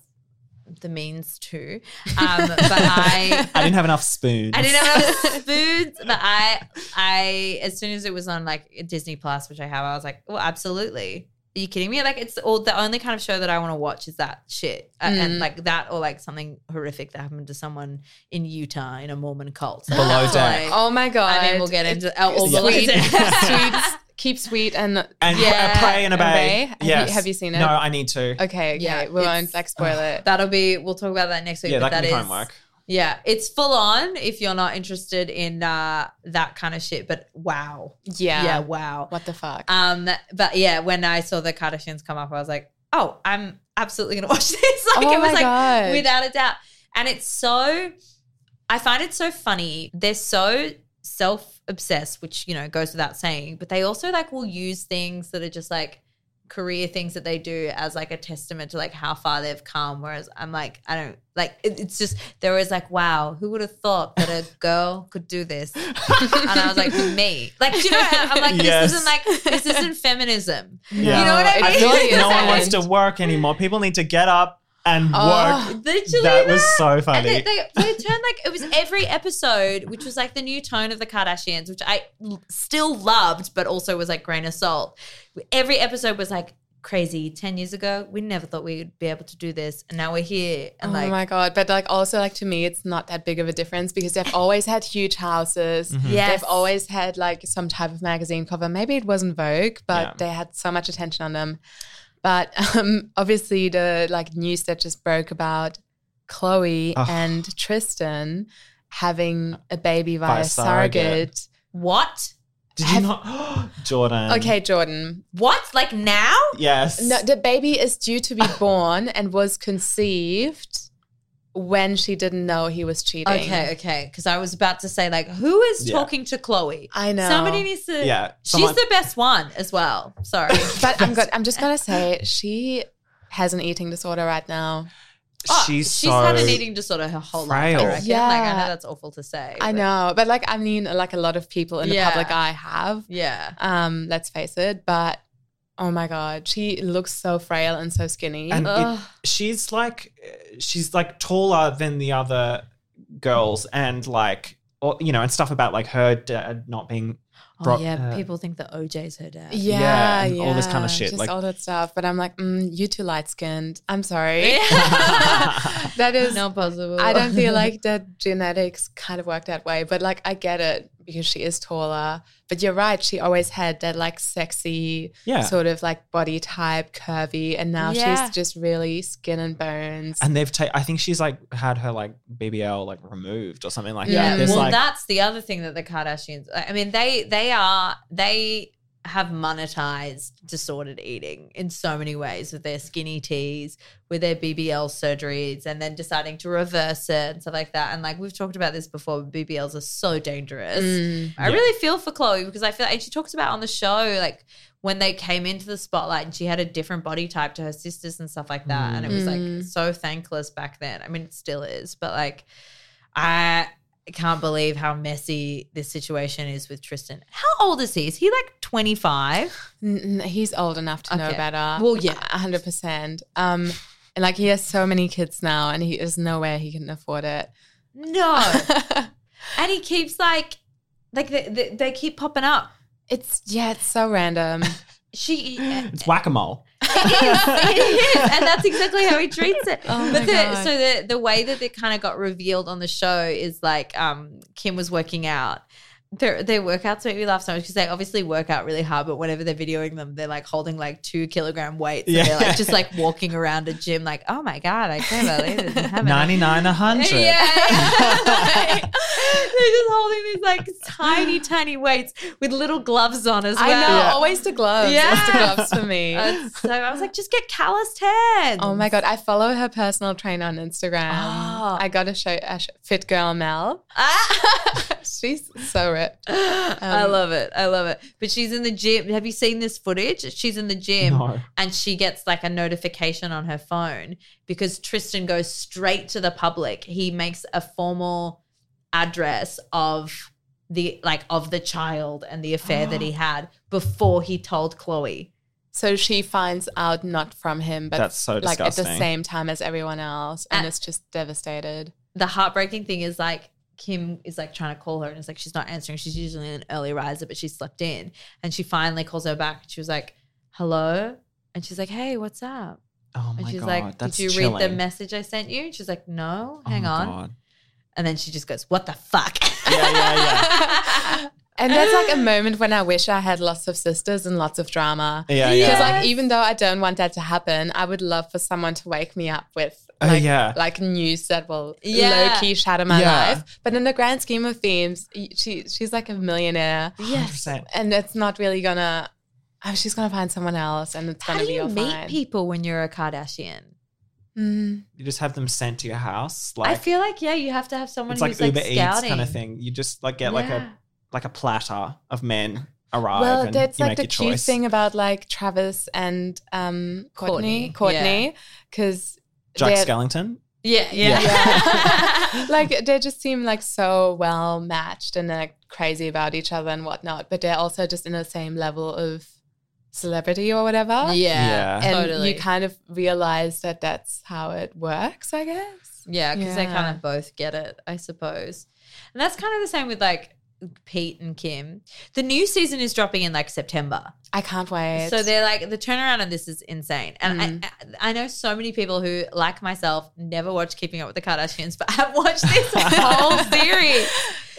Speaker 3: the means to. Um, but I
Speaker 2: I didn't have enough spoons.
Speaker 3: I didn't have enough foods, but I, I as soon as it was on like Disney Plus, which I have, I was like, well, absolutely. Are you kidding me? Like it's all the only kind of show that I want to watch is that shit, A- and
Speaker 1: Mm.
Speaker 3: like that or like something horrific that happened to someone in Utah in a Mormon cult.
Speaker 2: Below
Speaker 3: It's
Speaker 2: deck.
Speaker 3: like-
Speaker 1: Oh my god!
Speaker 3: I mean, we'll get into uh, all the
Speaker 1: sweet,
Speaker 3: sweet.
Speaker 1: sweet, keep sweet and
Speaker 2: And
Speaker 3: Yeah,
Speaker 2: yeah, pray and obey.
Speaker 1: obey. Have you-
Speaker 2: Yes.
Speaker 1: have you seen it?
Speaker 2: No, I need to.
Speaker 1: okay, okay.
Speaker 3: Yeah,
Speaker 1: we
Speaker 3: it's-
Speaker 1: won't like spoil it.
Speaker 3: That'll be. We'll talk about that next week.
Speaker 2: Yeah,
Speaker 3: but
Speaker 2: that can be
Speaker 3: is-
Speaker 2: homework.
Speaker 3: Yeah, it's full on if you're not interested in uh, that kind of shit. But wow,
Speaker 1: yeah.
Speaker 3: yeah wow.
Speaker 1: What the fuck?
Speaker 3: Um, but yeah, when I saw the Kardashians come up, I was like, oh, I'm absolutely gonna watch this. Like
Speaker 1: Oh
Speaker 3: it
Speaker 1: my
Speaker 3: was like
Speaker 1: God.
Speaker 3: without a doubt. And it's so I find it so funny. They're so self obsessed, which you know goes without saying, but they also like will use things that are just like career things that they do as like a testament to like how far they've come whereas i'm like i don't like it, it's just there was like wow who would have thought that a girl could do this and i was like me like do you know i'm like
Speaker 2: Yes.
Speaker 3: this isn't like this isn't feminism
Speaker 2: Yeah.
Speaker 3: you know what I
Speaker 1: it's
Speaker 3: mean?
Speaker 2: I feel like
Speaker 1: really
Speaker 2: no one wants
Speaker 1: isn't.
Speaker 2: to work anymore. People need to get up and
Speaker 1: Oh.
Speaker 2: work.
Speaker 3: Literally
Speaker 2: That was so
Speaker 3: And
Speaker 2: funny.
Speaker 3: they, they, they turned like it was every episode, which was like the new tone of the Kardashians, which I l- still loved, but also was like grain of salt. Every episode was like crazy. Ten years ago, we never thought we'd be able to do this, and now we're here. And
Speaker 1: oh
Speaker 3: like,
Speaker 1: my god! But like, also like to me, it's not that big of a difference because they've always had huge houses.
Speaker 3: Mhm.
Speaker 2: Mm-hmm.
Speaker 3: Yes.
Speaker 1: They've always had like some type of magazine cover. Maybe it wasn't Vogue, but
Speaker 2: Yeah.
Speaker 1: they had so much attention on them. But um, obviously, the like news that just broke about Chloe
Speaker 2: Ugh.
Speaker 1: and Tristan having a baby via,
Speaker 2: Via surrogate.
Speaker 1: surrogate.
Speaker 3: what?
Speaker 2: Did
Speaker 1: Have-
Speaker 2: you not? Jordan.
Speaker 1: Okay, Jordan.
Speaker 3: What? Like now?
Speaker 2: Yes.
Speaker 1: No, the baby is due to be born and was conceived when she didn't know he was cheating.
Speaker 3: Okay, okay. Because I was about to say like, who is
Speaker 2: Yeah.
Speaker 3: talking to Chloe?
Speaker 1: I know.
Speaker 3: Somebody needs to.
Speaker 2: yeah. someone-
Speaker 3: She's the best one as well. Sorry.
Speaker 1: But I'm good. I'm just gonna say she has an eating disorder right now.
Speaker 3: Oh,
Speaker 2: she's
Speaker 3: she's
Speaker 2: so
Speaker 3: had an eating disorder her whole life. I
Speaker 2: frail.
Speaker 3: reckon.
Speaker 1: Yeah.
Speaker 3: Like I know that's awful to say.
Speaker 1: I
Speaker 3: but-
Speaker 1: know, but like I mean, like a lot of people in the
Speaker 3: Yeah.
Speaker 1: public eye have.
Speaker 3: Yeah.
Speaker 1: Um, let's face it. But oh my god, she looks so frail and so skinny.
Speaker 2: and it,
Speaker 3: Ugh.
Speaker 2: she's like she's like taller than the other girls and like or, you know and stuff about like her dad not being
Speaker 3: oh
Speaker 2: bro-
Speaker 3: yeah.
Speaker 2: uh,
Speaker 3: people think that OJ's her dad.
Speaker 1: yeah,
Speaker 2: yeah, and all this kind of
Speaker 1: yeah,
Speaker 2: shit,
Speaker 1: just
Speaker 2: like-
Speaker 1: all that stuff. But I'm like, mm, you too light skinned. I'm sorry.
Speaker 3: Yeah.
Speaker 1: that is
Speaker 3: Not possible.
Speaker 1: I don't feel like that genetics kind of work that way, but like I get it because she is taller. But you're right, she always had that like sexy
Speaker 2: yeah
Speaker 1: sort of like body type, curvy, and now
Speaker 3: Yeah.
Speaker 1: she's just really skin and bones.
Speaker 2: and they've taken i think she's like had her like bbl like removed or something like
Speaker 3: Yeah.
Speaker 2: that there's
Speaker 3: Mm, well,
Speaker 2: like
Speaker 3: that's the other thing that the Kardashians. I mean, they they are they have monetized disordered eating in so many ways with their skinny teas, with their BBL surgeries, and then deciding to reverse it and stuff like that. And like we've talked about this before, but BBLs are so dangerous.
Speaker 1: Mm.
Speaker 3: I
Speaker 2: Yeah.
Speaker 3: really feel for Chloe because I feel, and she talks about on the show, like when they came into the spotlight and she had a different body type to her sisters and stuff like that. And it was like
Speaker 1: Mm.
Speaker 3: so thankless back then. I mean, it still is, but like, I can't believe how messy this situation is with Tristan. How old is he? Is he like 25?
Speaker 1: N- n- he's old enough to know
Speaker 3: Okay.
Speaker 1: better.
Speaker 3: Well, yeah.
Speaker 1: A hundred percent. Um, and like he has so many kids now, and he is nowhere he can afford it.
Speaker 3: No.
Speaker 1: Oh.
Speaker 3: and he keeps like, like they, they, they keep popping up.
Speaker 1: it's yeah, it's so random.
Speaker 3: She,
Speaker 2: it's whack-a-mole
Speaker 3: it is, and that's exactly how he treats it.
Speaker 1: Oh
Speaker 3: but
Speaker 1: my
Speaker 3: the,
Speaker 1: God.
Speaker 3: so the the way that it kind of got revealed on the show is like um, Kim was working out. Their, their workouts make me laugh so much because they obviously work out really hard, but whenever they're videoing them, they're like holding like two kilogram weights.
Speaker 2: Yeah.
Speaker 3: Yeah. they're like just like walking around a gym, like, oh my God, I can't believe it. didn't happen."
Speaker 2: 99 100
Speaker 3: Yeah. Like, they're just holding these like tiny, tiny weights with little gloves on as well.
Speaker 1: I know, always the gloves.
Speaker 3: Yeah.
Speaker 1: It's the gloves for me.
Speaker 3: Uh, so I was like, just get calloused hands.
Speaker 1: Oh my god, I follow her personal trainer on Instagram.
Speaker 3: Oh.
Speaker 1: I got to show a sh- fit girl Mel. She's so ripped.
Speaker 3: I love it. I love it. But she's in the gym. Have you seen this footage? She's in the gym
Speaker 2: No.
Speaker 3: and she gets like a notification on her phone because Tristan goes straight to the public. He makes a formal address of the like of the child and the affair that he had before he told Chloe.
Speaker 1: So she finds out not from him, but
Speaker 2: That's so
Speaker 1: like at the
Speaker 2: disgusting.
Speaker 1: same time as everyone else, and
Speaker 3: Uh,
Speaker 1: it's just devastated.
Speaker 3: the heartbreaking thing is like Kim is like trying to call her and it's like she's not answering. She's usually an early riser, but she slept in. And she finally calls her back. She was like, hello. And she's like, hey, what's up?
Speaker 2: Oh
Speaker 3: And
Speaker 2: my
Speaker 3: she's
Speaker 2: god,
Speaker 3: like,
Speaker 2: that's
Speaker 3: did you
Speaker 2: chilling.
Speaker 3: read the message I sent you? And she's like, no,
Speaker 2: Oh
Speaker 3: hang
Speaker 2: my
Speaker 3: on.
Speaker 2: God.
Speaker 3: And then she just goes, what the fuck?
Speaker 2: Yeah, yeah, yeah.
Speaker 1: And that's like a moment when I wish I had lots of sisters and lots of drama.
Speaker 2: Yeah, yeah.
Speaker 1: Because
Speaker 3: Yes.
Speaker 1: like even though I don't want that to happen, I would love for someone to wake me up with
Speaker 2: Oh,
Speaker 1: like,
Speaker 2: yeah.
Speaker 1: like news that will
Speaker 3: Yeah.
Speaker 1: low key shatter my
Speaker 2: Yeah.
Speaker 1: life. But in the grand scheme of themes, y- she she's like a millionaire,
Speaker 3: yes.
Speaker 2: 100%.
Speaker 1: and it's not really gonna. Oh, she's gonna find someone else, and it's
Speaker 3: How
Speaker 1: gonna
Speaker 3: do
Speaker 1: be
Speaker 3: you
Speaker 1: all
Speaker 3: meet
Speaker 1: fine.
Speaker 3: people when you're a Kardashian?
Speaker 1: Mm.
Speaker 2: You just have them sent to your house. Like
Speaker 3: I feel like, yeah, you have to have someone
Speaker 2: it's
Speaker 3: who's
Speaker 2: like
Speaker 3: like,
Speaker 2: Uber Eats
Speaker 3: scouting.
Speaker 2: kind of thing. You just like get like
Speaker 3: Yeah.
Speaker 2: a like a platter of men arrive.
Speaker 1: Well,
Speaker 2: and
Speaker 1: that's
Speaker 2: you
Speaker 1: like
Speaker 2: make
Speaker 1: the
Speaker 2: your
Speaker 1: cute
Speaker 2: choice.
Speaker 1: thing about like Travis and um,
Speaker 3: Courtney,
Speaker 1: Courtney, Courtney, because
Speaker 2: Jack
Speaker 1: they're-
Speaker 2: Skellington.
Speaker 3: Yeah, yeah.
Speaker 1: Yeah. like they just seem like so well matched and like crazy about each other and whatnot, but they're also just in the same level of celebrity or whatever.
Speaker 3: yeah,
Speaker 2: Yeah.
Speaker 1: and
Speaker 3: totally.
Speaker 1: you kind of realize that that's how it works, I guess.
Speaker 3: Yeah, because they kind
Speaker 1: Yeah.
Speaker 3: of both get it, I suppose. And that's kind of the same with like Pete and Kim. The new season is dropping in like September.
Speaker 1: I can't wait.
Speaker 3: so they're like, the turnaround on this is insane. And
Speaker 2: Mm.
Speaker 3: I, I, I know so many people who, like myself, never watched Keeping Up with the Kardashians, but have watched this whole series.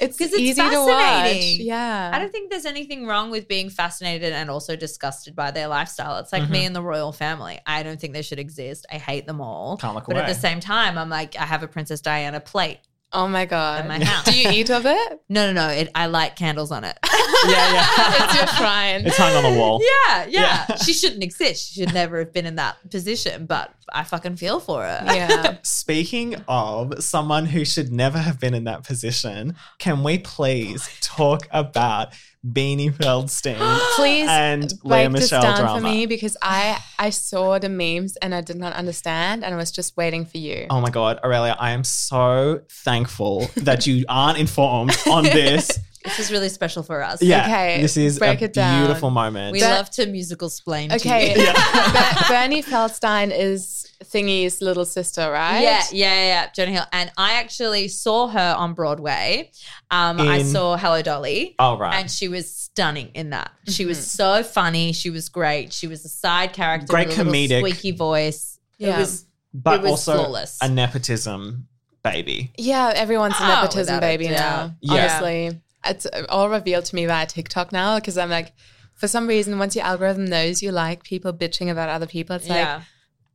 Speaker 1: it's
Speaker 3: 'cause it's
Speaker 1: easy to watch.
Speaker 3: fascinating.
Speaker 1: Yeah,
Speaker 3: I don't think there's anything wrong with being fascinated and also disgusted by their lifestyle. It's like
Speaker 2: Mm-hmm.
Speaker 3: me and the royal family. I don't think they should exist. I hate them all.
Speaker 2: Can't look
Speaker 3: but at
Speaker 2: away.
Speaker 3: the same time, I'm like, I have a Princess Diana plate
Speaker 1: oh my god,
Speaker 3: in my house.
Speaker 1: do you eat of it?
Speaker 3: No, no, no. It, I light candles on it.
Speaker 2: yeah, yeah.
Speaker 1: It's your shrine.
Speaker 2: It's hung on a wall.
Speaker 3: yeah, yeah.
Speaker 2: Yeah.
Speaker 3: She shouldn't exist. She should never have been in that position, but I fucking feel for her.
Speaker 1: yeah.
Speaker 2: Speaking of someone who should never have been in that position, can we please talk about Beanie Feldstein
Speaker 1: Please
Speaker 2: and Leah
Speaker 1: break this
Speaker 2: Michelle
Speaker 1: down
Speaker 2: drama?
Speaker 1: for me because I I saw the memes and I did not understand and I was just waiting for you.
Speaker 2: Oh my God, Aurelia, I am so thankful that you aren't informed on this.
Speaker 3: This is really special for us.
Speaker 2: Yeah,
Speaker 1: Okay,
Speaker 2: this is
Speaker 1: break
Speaker 2: a
Speaker 1: it down.
Speaker 2: beautiful moment.
Speaker 3: We
Speaker 1: But-
Speaker 3: love to musical splain.
Speaker 1: Okay,
Speaker 3: To you.
Speaker 1: Ber- Bernie Feldstein is Thingy's little sister, right?
Speaker 3: Yeah, yeah, yeah, yeah, Jonah Hill. And I actually saw her on Broadway. Um, I
Speaker 2: In-
Speaker 3: saw Hello Dolly.
Speaker 2: All right. Mm-hmm.
Speaker 3: And she was stunning in that. She was so funny. She was great. She was a side character.
Speaker 2: Great
Speaker 3: with a little
Speaker 2: comedic.
Speaker 3: squeaky voice. It
Speaker 1: Yeah.
Speaker 3: was
Speaker 2: but
Speaker 3: it was
Speaker 2: also
Speaker 3: flawless.
Speaker 2: a nepotism baby.
Speaker 1: Yeah, everyone's a
Speaker 3: Oh,
Speaker 1: nepotism
Speaker 3: without a
Speaker 1: baby
Speaker 3: doubt.
Speaker 1: now.
Speaker 2: Yeah.
Speaker 1: Honestly, it's all revealed to me via TikTok now because I'm like, for some reason, once your algorithm knows you like people bitching about other people, it's like,
Speaker 3: yeah.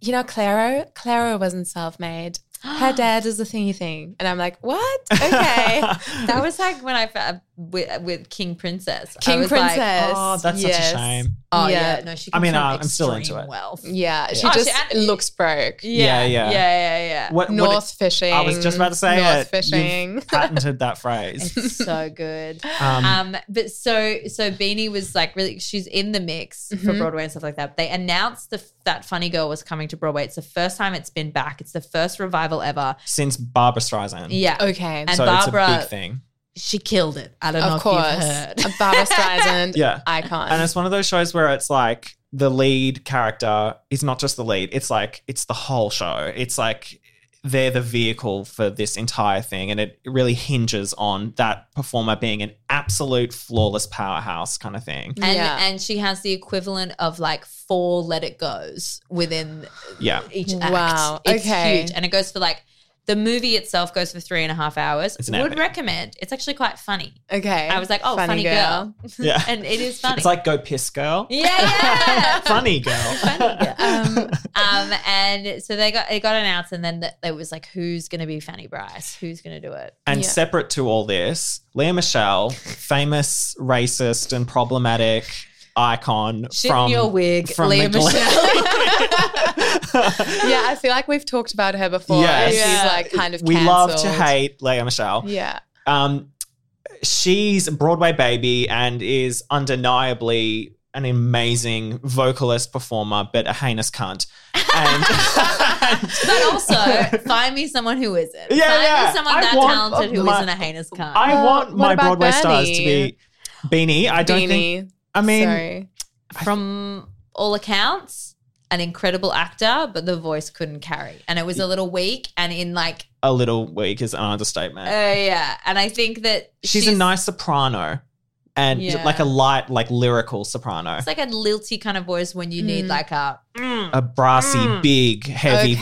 Speaker 1: you know, Clara, Clara wasn't self-made. Her dad is a thingy thing, and I'm like, what? Okay.
Speaker 3: That was like when I fa- with, with King Princess. I
Speaker 1: King
Speaker 3: was like,
Speaker 1: Princess.
Speaker 2: oh, that's
Speaker 1: Yes.
Speaker 2: such a shame.
Speaker 3: oh yeah.
Speaker 1: Yeah.
Speaker 3: no, she.
Speaker 2: I mean,
Speaker 3: comes from
Speaker 2: I- I'm still
Speaker 3: extreme
Speaker 2: into it.
Speaker 3: Wealth.
Speaker 1: Yeah, she
Speaker 3: Oh, she
Speaker 1: just
Speaker 3: had-
Speaker 1: looks broke.
Speaker 2: Yeah, yeah.
Speaker 3: yeah, yeah, yeah.
Speaker 2: What, what-
Speaker 1: North fishing.
Speaker 2: I was just about to say
Speaker 1: North
Speaker 2: it.
Speaker 1: fishing.
Speaker 2: You've patented that phrase.
Speaker 3: It's so good.
Speaker 2: Um,
Speaker 3: Um, but so so Beanie was like really she's in the mix
Speaker 1: Mm-hmm.
Speaker 3: for Broadway and stuff like that. They announced the that Funny Girl was coming to Broadway. It's the first time it's been back. It's the first revival ever.
Speaker 2: since Barbara Streisand.
Speaker 3: Yeah,
Speaker 1: Okay.
Speaker 3: And
Speaker 2: so it's a
Speaker 3: Barbara-
Speaker 2: big thing.
Speaker 3: she killed it. I don't know
Speaker 1: of course.
Speaker 3: if you've heard.
Speaker 1: Barbara Streisand.
Speaker 2: Yeah.
Speaker 1: Icon.
Speaker 2: And it's one of those shows where it's like the lead character is not just the lead, it's like it's the whole show. It's like they're the vehicle for this entire thing. And it really hinges on that performer being an absolute flawless powerhouse kind of thing.
Speaker 3: And,
Speaker 1: Yeah.
Speaker 3: and she has the equivalent of like four Let It Goes within
Speaker 2: Yeah.
Speaker 3: each act.
Speaker 1: Wow,
Speaker 3: It's
Speaker 1: okay.
Speaker 3: huge. And it goes for like the movie itself goes for three and a half hours.
Speaker 2: It's an
Speaker 3: Would
Speaker 2: epic.
Speaker 3: recommend. It's actually quite funny.
Speaker 1: okay.
Speaker 3: I was like, oh, funny, girl.
Speaker 2: Yeah.
Speaker 3: and it is funny.
Speaker 2: It's like go piss girl.
Speaker 3: yeah, yeah.
Speaker 2: Funny girl.
Speaker 1: Um,
Speaker 3: um, and so they got it got announced, and then th- it was like, who's going to be Fanny Bryce? Who's going to do it?
Speaker 2: And
Speaker 1: Yeah.
Speaker 2: separate to all this, Leah Michelle, famous racist and problematic icon
Speaker 3: Shit
Speaker 2: from
Speaker 3: in your wig,
Speaker 2: from the
Speaker 3: Leah
Speaker 2: Glen-
Speaker 3: Michelle.
Speaker 1: yeah, I feel like we've talked about her before.
Speaker 2: Yes.
Speaker 1: and She's
Speaker 3: Yeah.
Speaker 1: like kind of
Speaker 2: we love to
Speaker 1: cancelled.
Speaker 2: hate Leah Michelle.
Speaker 1: Yeah.
Speaker 2: Um, she's a Broadway baby and is undeniably an amazing vocalist performer, but a heinous cunt. And,
Speaker 3: but also, find me someone who isn't.
Speaker 2: Yeah,
Speaker 3: find
Speaker 2: yeah.
Speaker 3: me someone
Speaker 2: I
Speaker 3: that
Speaker 2: want
Speaker 3: talented who
Speaker 2: my-
Speaker 3: not a heinous cunt.
Speaker 2: I
Speaker 1: Well,
Speaker 2: want
Speaker 1: what
Speaker 2: my
Speaker 1: about
Speaker 2: Broadway stars to
Speaker 1: Bernie?
Speaker 2: be Beanie. I don't think.
Speaker 1: Beanie.
Speaker 2: I mean,
Speaker 1: Sorry.
Speaker 3: From all accounts, an incredible actor, but the voice couldn't carry. And it was a little weak and in like,
Speaker 2: A little weak is an understatement.
Speaker 3: uh, yeah. And I think that
Speaker 2: she's, a nice soprano and
Speaker 3: Yeah.
Speaker 2: like a light, like lyrical soprano.
Speaker 3: It's like a lilty kind of voice when you need
Speaker 1: Mm.
Speaker 3: like mm. a
Speaker 2: a brassy, big, heavy
Speaker 1: Okay.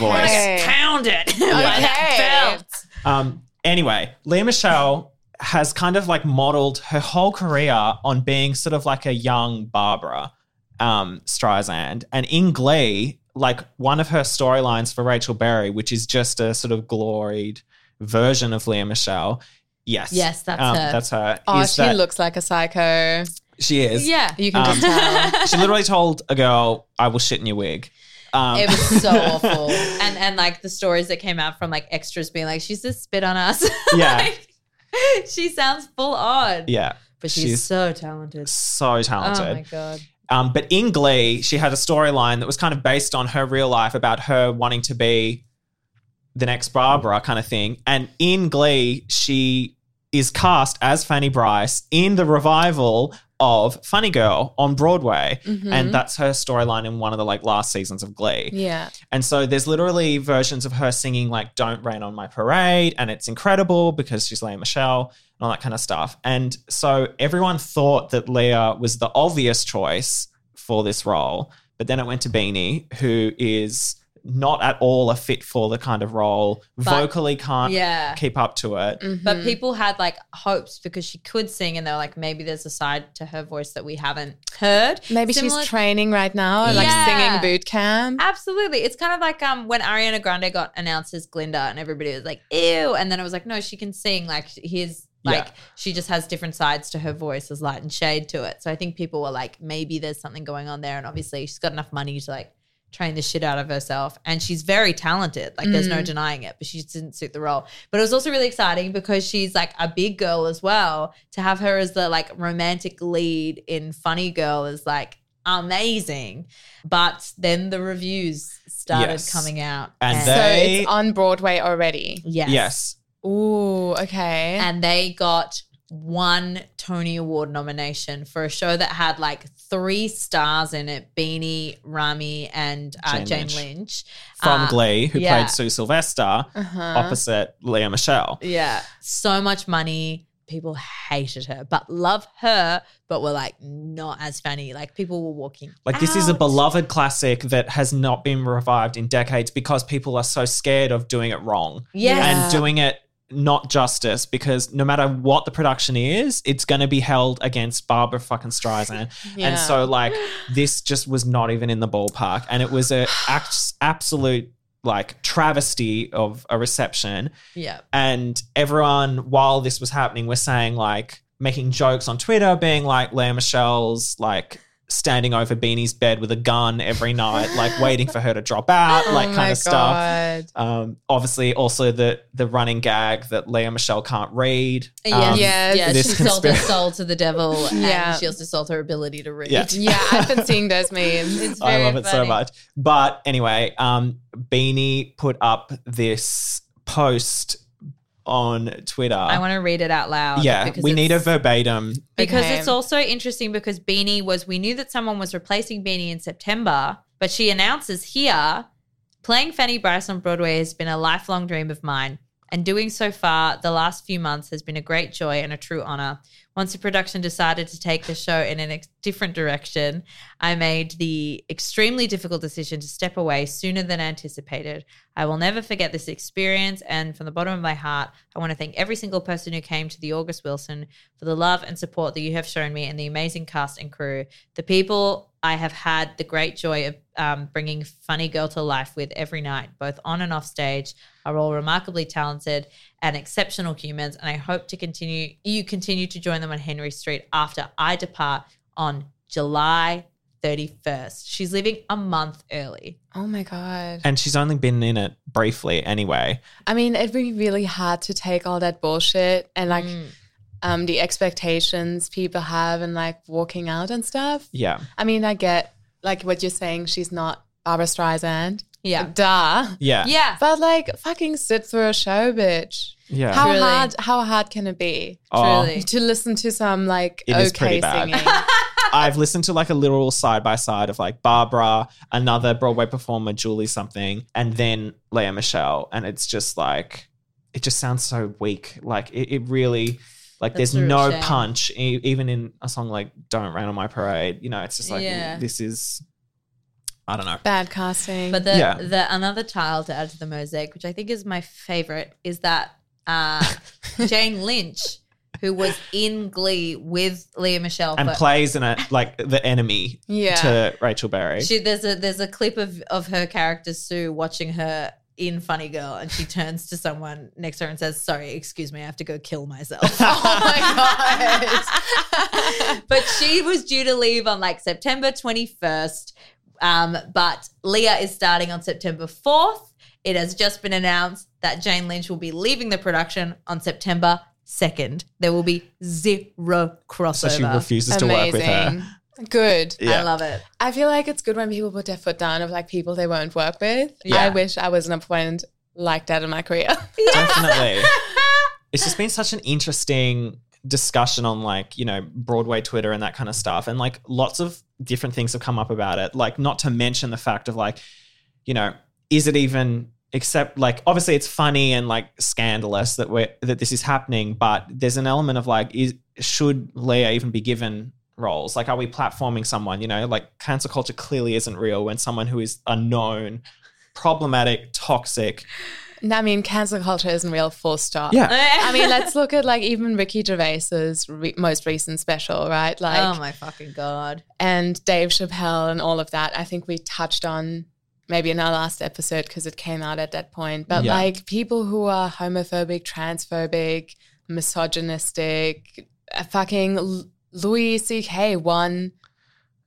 Speaker 2: voice.
Speaker 3: pounded by that belt.
Speaker 2: Um, anyway, Leah Michelle has kind of like modeled her whole career on being sort of like a young Barbara um, Streisand. And in Glee, like one of her storylines for Rachel Berry, which is just a sort of gloried version of Leah Michelle. Yes.
Speaker 3: Yes, that's
Speaker 2: um,
Speaker 3: her.
Speaker 2: That's her.
Speaker 1: Oh,
Speaker 2: is
Speaker 1: she
Speaker 2: that-
Speaker 1: looks like a psycho.
Speaker 2: She is.
Speaker 3: Yeah.
Speaker 1: You can
Speaker 2: Um,
Speaker 1: just tell.
Speaker 2: She literally told a girl, I will shit in your wig. Um,
Speaker 3: It was so awful. And and like the stories that came out from like extras being like, she's just spit on us.
Speaker 2: Yeah.
Speaker 3: Like, she sounds full on.
Speaker 2: yeah.
Speaker 3: But she's,
Speaker 2: she's-
Speaker 3: so talented.
Speaker 2: So talented.
Speaker 3: Oh my god.
Speaker 2: Um, but in Glee, she had a storyline that was kind of based on her real life about her wanting to be the next Barbara kind of thing. And in Glee, she is cast as Fanny Bryce in the revival of Funny Girl on Broadway.
Speaker 1: Mhm.
Speaker 2: And that's her storyline in one of the like last seasons of Glee.
Speaker 1: yeah.
Speaker 2: And so there's literally versions of her singing like "Don't Rain on My Parade" and it's incredible because she's Leah Michelle and all that kind of stuff. And so everyone thought that Leah was the obvious choice for this role, but then it went to Beanie, who is not at all a fit for the kind of role.
Speaker 3: But-
Speaker 2: Vocally can't
Speaker 3: Yeah. Mm,
Speaker 2: keep up to it.
Speaker 3: But
Speaker 1: Mhm.
Speaker 3: people had like hopes because she could sing and they're like, maybe there's a side to her voice that we haven't heard.
Speaker 1: Maybe
Speaker 3: Similar-
Speaker 1: she's training right now, like
Speaker 3: Yeah.
Speaker 1: singing boot camp.
Speaker 3: Absolutely. It's kind of like um when Ariana Grande got announced as Glinda and everybody was like, ew. And then it was like, no, she can sing. Like here's like
Speaker 2: Yeah.
Speaker 3: she just has different sides to her voice. There's light and shade to it. So I think people were like, maybe there's something going on there. And obviously she's got enough money to like train the shit out of herself. And she's very talented. Like there's no denying it, but she just didn't suit the role. But it was also really exciting because she's like a big girl as well. To have her as the like romantic lead in Funny Girl is like amazing. But then the reviews started
Speaker 2: Yes.
Speaker 3: coming out.
Speaker 2: And
Speaker 1: So
Speaker 2: They-
Speaker 1: it's on Broadway already.
Speaker 3: yes.
Speaker 2: Yes.
Speaker 1: Ooh, okay.
Speaker 3: And they got one Tony Award nomination for a show that had like three stars in it Beanie, Rami, and uh,
Speaker 2: Jane
Speaker 3: Jane,
Speaker 2: Lynch.
Speaker 3: Lynch.
Speaker 2: From
Speaker 3: Uh,
Speaker 2: Glee, who
Speaker 3: yeah.
Speaker 2: played Sue Sylvester
Speaker 1: uh-huh.
Speaker 2: opposite Leah Michelle.
Speaker 3: Yeah. So much money. People hated her, but love her, but were like not as funny. Like people were walking.
Speaker 2: Like this is a
Speaker 3: out.
Speaker 2: beloved classic that has not been revived in decades because people are so scared of doing it wrong
Speaker 3: Yeah.
Speaker 2: and doing it not justice because no matter what the production is, it's going to be held against Barbara fucking Streisand. And
Speaker 1: Yeah.
Speaker 2: so like this just was not even in the ballpark and it was a act- absolute like travesty of a reception
Speaker 3: yeah.
Speaker 2: and everyone while this was happening was saying like making jokes on twitter being like leah michelle's like standing over beanie's bed with a gun every night like waiting for her to drop out like
Speaker 1: oh
Speaker 2: kind
Speaker 1: my
Speaker 2: of stuff
Speaker 1: God.
Speaker 2: um, obviously also the the running gag that leah michelle can't read
Speaker 3: Uh, Yeah,
Speaker 2: Um,
Speaker 1: Yes.
Speaker 3: yeah.
Speaker 2: this
Speaker 3: She sold her
Speaker 2: conspira-
Speaker 3: soul to the devil,
Speaker 1: Yeah.
Speaker 3: and she also sold her ability to read.
Speaker 2: Yeah.
Speaker 1: Yeah, I've been seeing those memes.
Speaker 3: It's
Speaker 2: I
Speaker 3: very
Speaker 2: love it so
Speaker 3: funny.
Speaker 2: much. But anyway, um, Beanie put up this post on Twitter.
Speaker 3: I want to read it out loud.
Speaker 2: yeah,
Speaker 3: because
Speaker 2: we need a
Speaker 3: it's-
Speaker 2: verbatim.
Speaker 3: because
Speaker 1: Okay.
Speaker 3: it's also interesting because Beanie was. We knew that someone was replacing Beanie in September, but she announces here, playing Fanny Bryce on Broadway has been a lifelong dream of mine, and doing so far the last few months has been a great joy and a true honor. Once the production decided to take the show in a ex- different direction, I made the extremely difficult decision to step away sooner than anticipated. I will never forget this experience, and from the bottom of my heart, I want to thank every single person who came to the August Wilson for the love and support that you have shown me and the amazing cast and crew. The people I have had the great joy of um, bringing Funny Girl to life with every night, both on and off stage, are all remarkably talented and exceptional humans, and I hope to continue. You continue to join them on Henry Street after I depart on July. 31st. She's leaving a month early.
Speaker 1: Oh my God.
Speaker 2: And she's only been in it briefly anyway.
Speaker 1: I mean, it'd be really hard to take all that bullshit and like
Speaker 3: Mm.
Speaker 1: um, the expectations people have and like walking out and stuff.
Speaker 2: Yeah.
Speaker 1: I mean, I get like what you're saying. She's not Barbara Streisand.
Speaker 3: Yeah.
Speaker 1: Duh.
Speaker 2: Yeah.
Speaker 3: Yeah.
Speaker 1: But like, fucking sit through a show, bitch.
Speaker 2: Yeah.
Speaker 1: How
Speaker 3: Truly.
Speaker 1: hard? How hard can it be
Speaker 2: Oh,
Speaker 3: Truly.
Speaker 1: to listen to some like
Speaker 2: It is pretty
Speaker 1: okay
Speaker 2: bad.
Speaker 1: singing?
Speaker 2: I've listened to like a literal side by side of like Barbara, another Broadway performer, Julie something, and then Leah Michelle. And it's just like, it just sounds so weak. Like it, it really, like
Speaker 3: That's a
Speaker 2: there's
Speaker 3: real
Speaker 2: no
Speaker 3: shame.
Speaker 2: punch, e- even in a song like Don't Rain on My Parade. You know, it's just like,
Speaker 3: Yeah.
Speaker 2: this is, I don't know.
Speaker 1: Bad casting.
Speaker 3: But the
Speaker 2: Yeah.
Speaker 3: the another tile to add to the mosaic, which I think is my favorite, is that uh, Jane Lynch, who was in Glee with Leah Michelle,
Speaker 2: And
Speaker 3: for-
Speaker 2: plays in a, like the enemy
Speaker 1: yeah.
Speaker 2: to Rachel Berry.
Speaker 3: she, there's a there's a clip of of her character Sue watching her in Funny Girl, and she turns to someone next to her and says, "Sorry, excuse me, I have to go kill myself."
Speaker 1: oh my God.
Speaker 3: but she was due to leave on like September 21st. Um, but Leah is starting on September 4th. It has just been announced that Jane Lynch will be leaving the production on September 2nd. There will be zero crossover.
Speaker 2: so she refuses to work with her.
Speaker 1: Good.
Speaker 3: I
Speaker 2: Yeah.
Speaker 3: love it.
Speaker 1: I feel like it's good when people put their foot down of like people they won't work with.
Speaker 2: Yeah.
Speaker 1: I wish I was an opponent like that in my career.
Speaker 2: Definitely. it's just been such an interesting discussion on like, you know, Broadway Twitter and that kind of stuff. And like lots of different things have come up about it. Like, not to mention the fact of like, you know, is it even except like obviously it's funny and like scandalous that we're that this is happening, but there's an element of like, is should Leah even be given roles? Like are we platforming someone? You know, like cancer culture clearly isn't real when someone who is a known, problematic, toxic.
Speaker 1: And I mean, cancel culture isn't real, full stop.
Speaker 2: Yeah.
Speaker 3: I
Speaker 1: I mean, let's look at like even Ricky Gervais's re- most recent special, right? Like,
Speaker 3: oh my fucking God.
Speaker 1: and Dave Chappelle and all of that. I think we touched on maybe in our last episode because it came out at that point. But
Speaker 2: Yeah.
Speaker 1: like people who are homophobic, transphobic, misogynistic, uh, fucking L- Louis C.K. won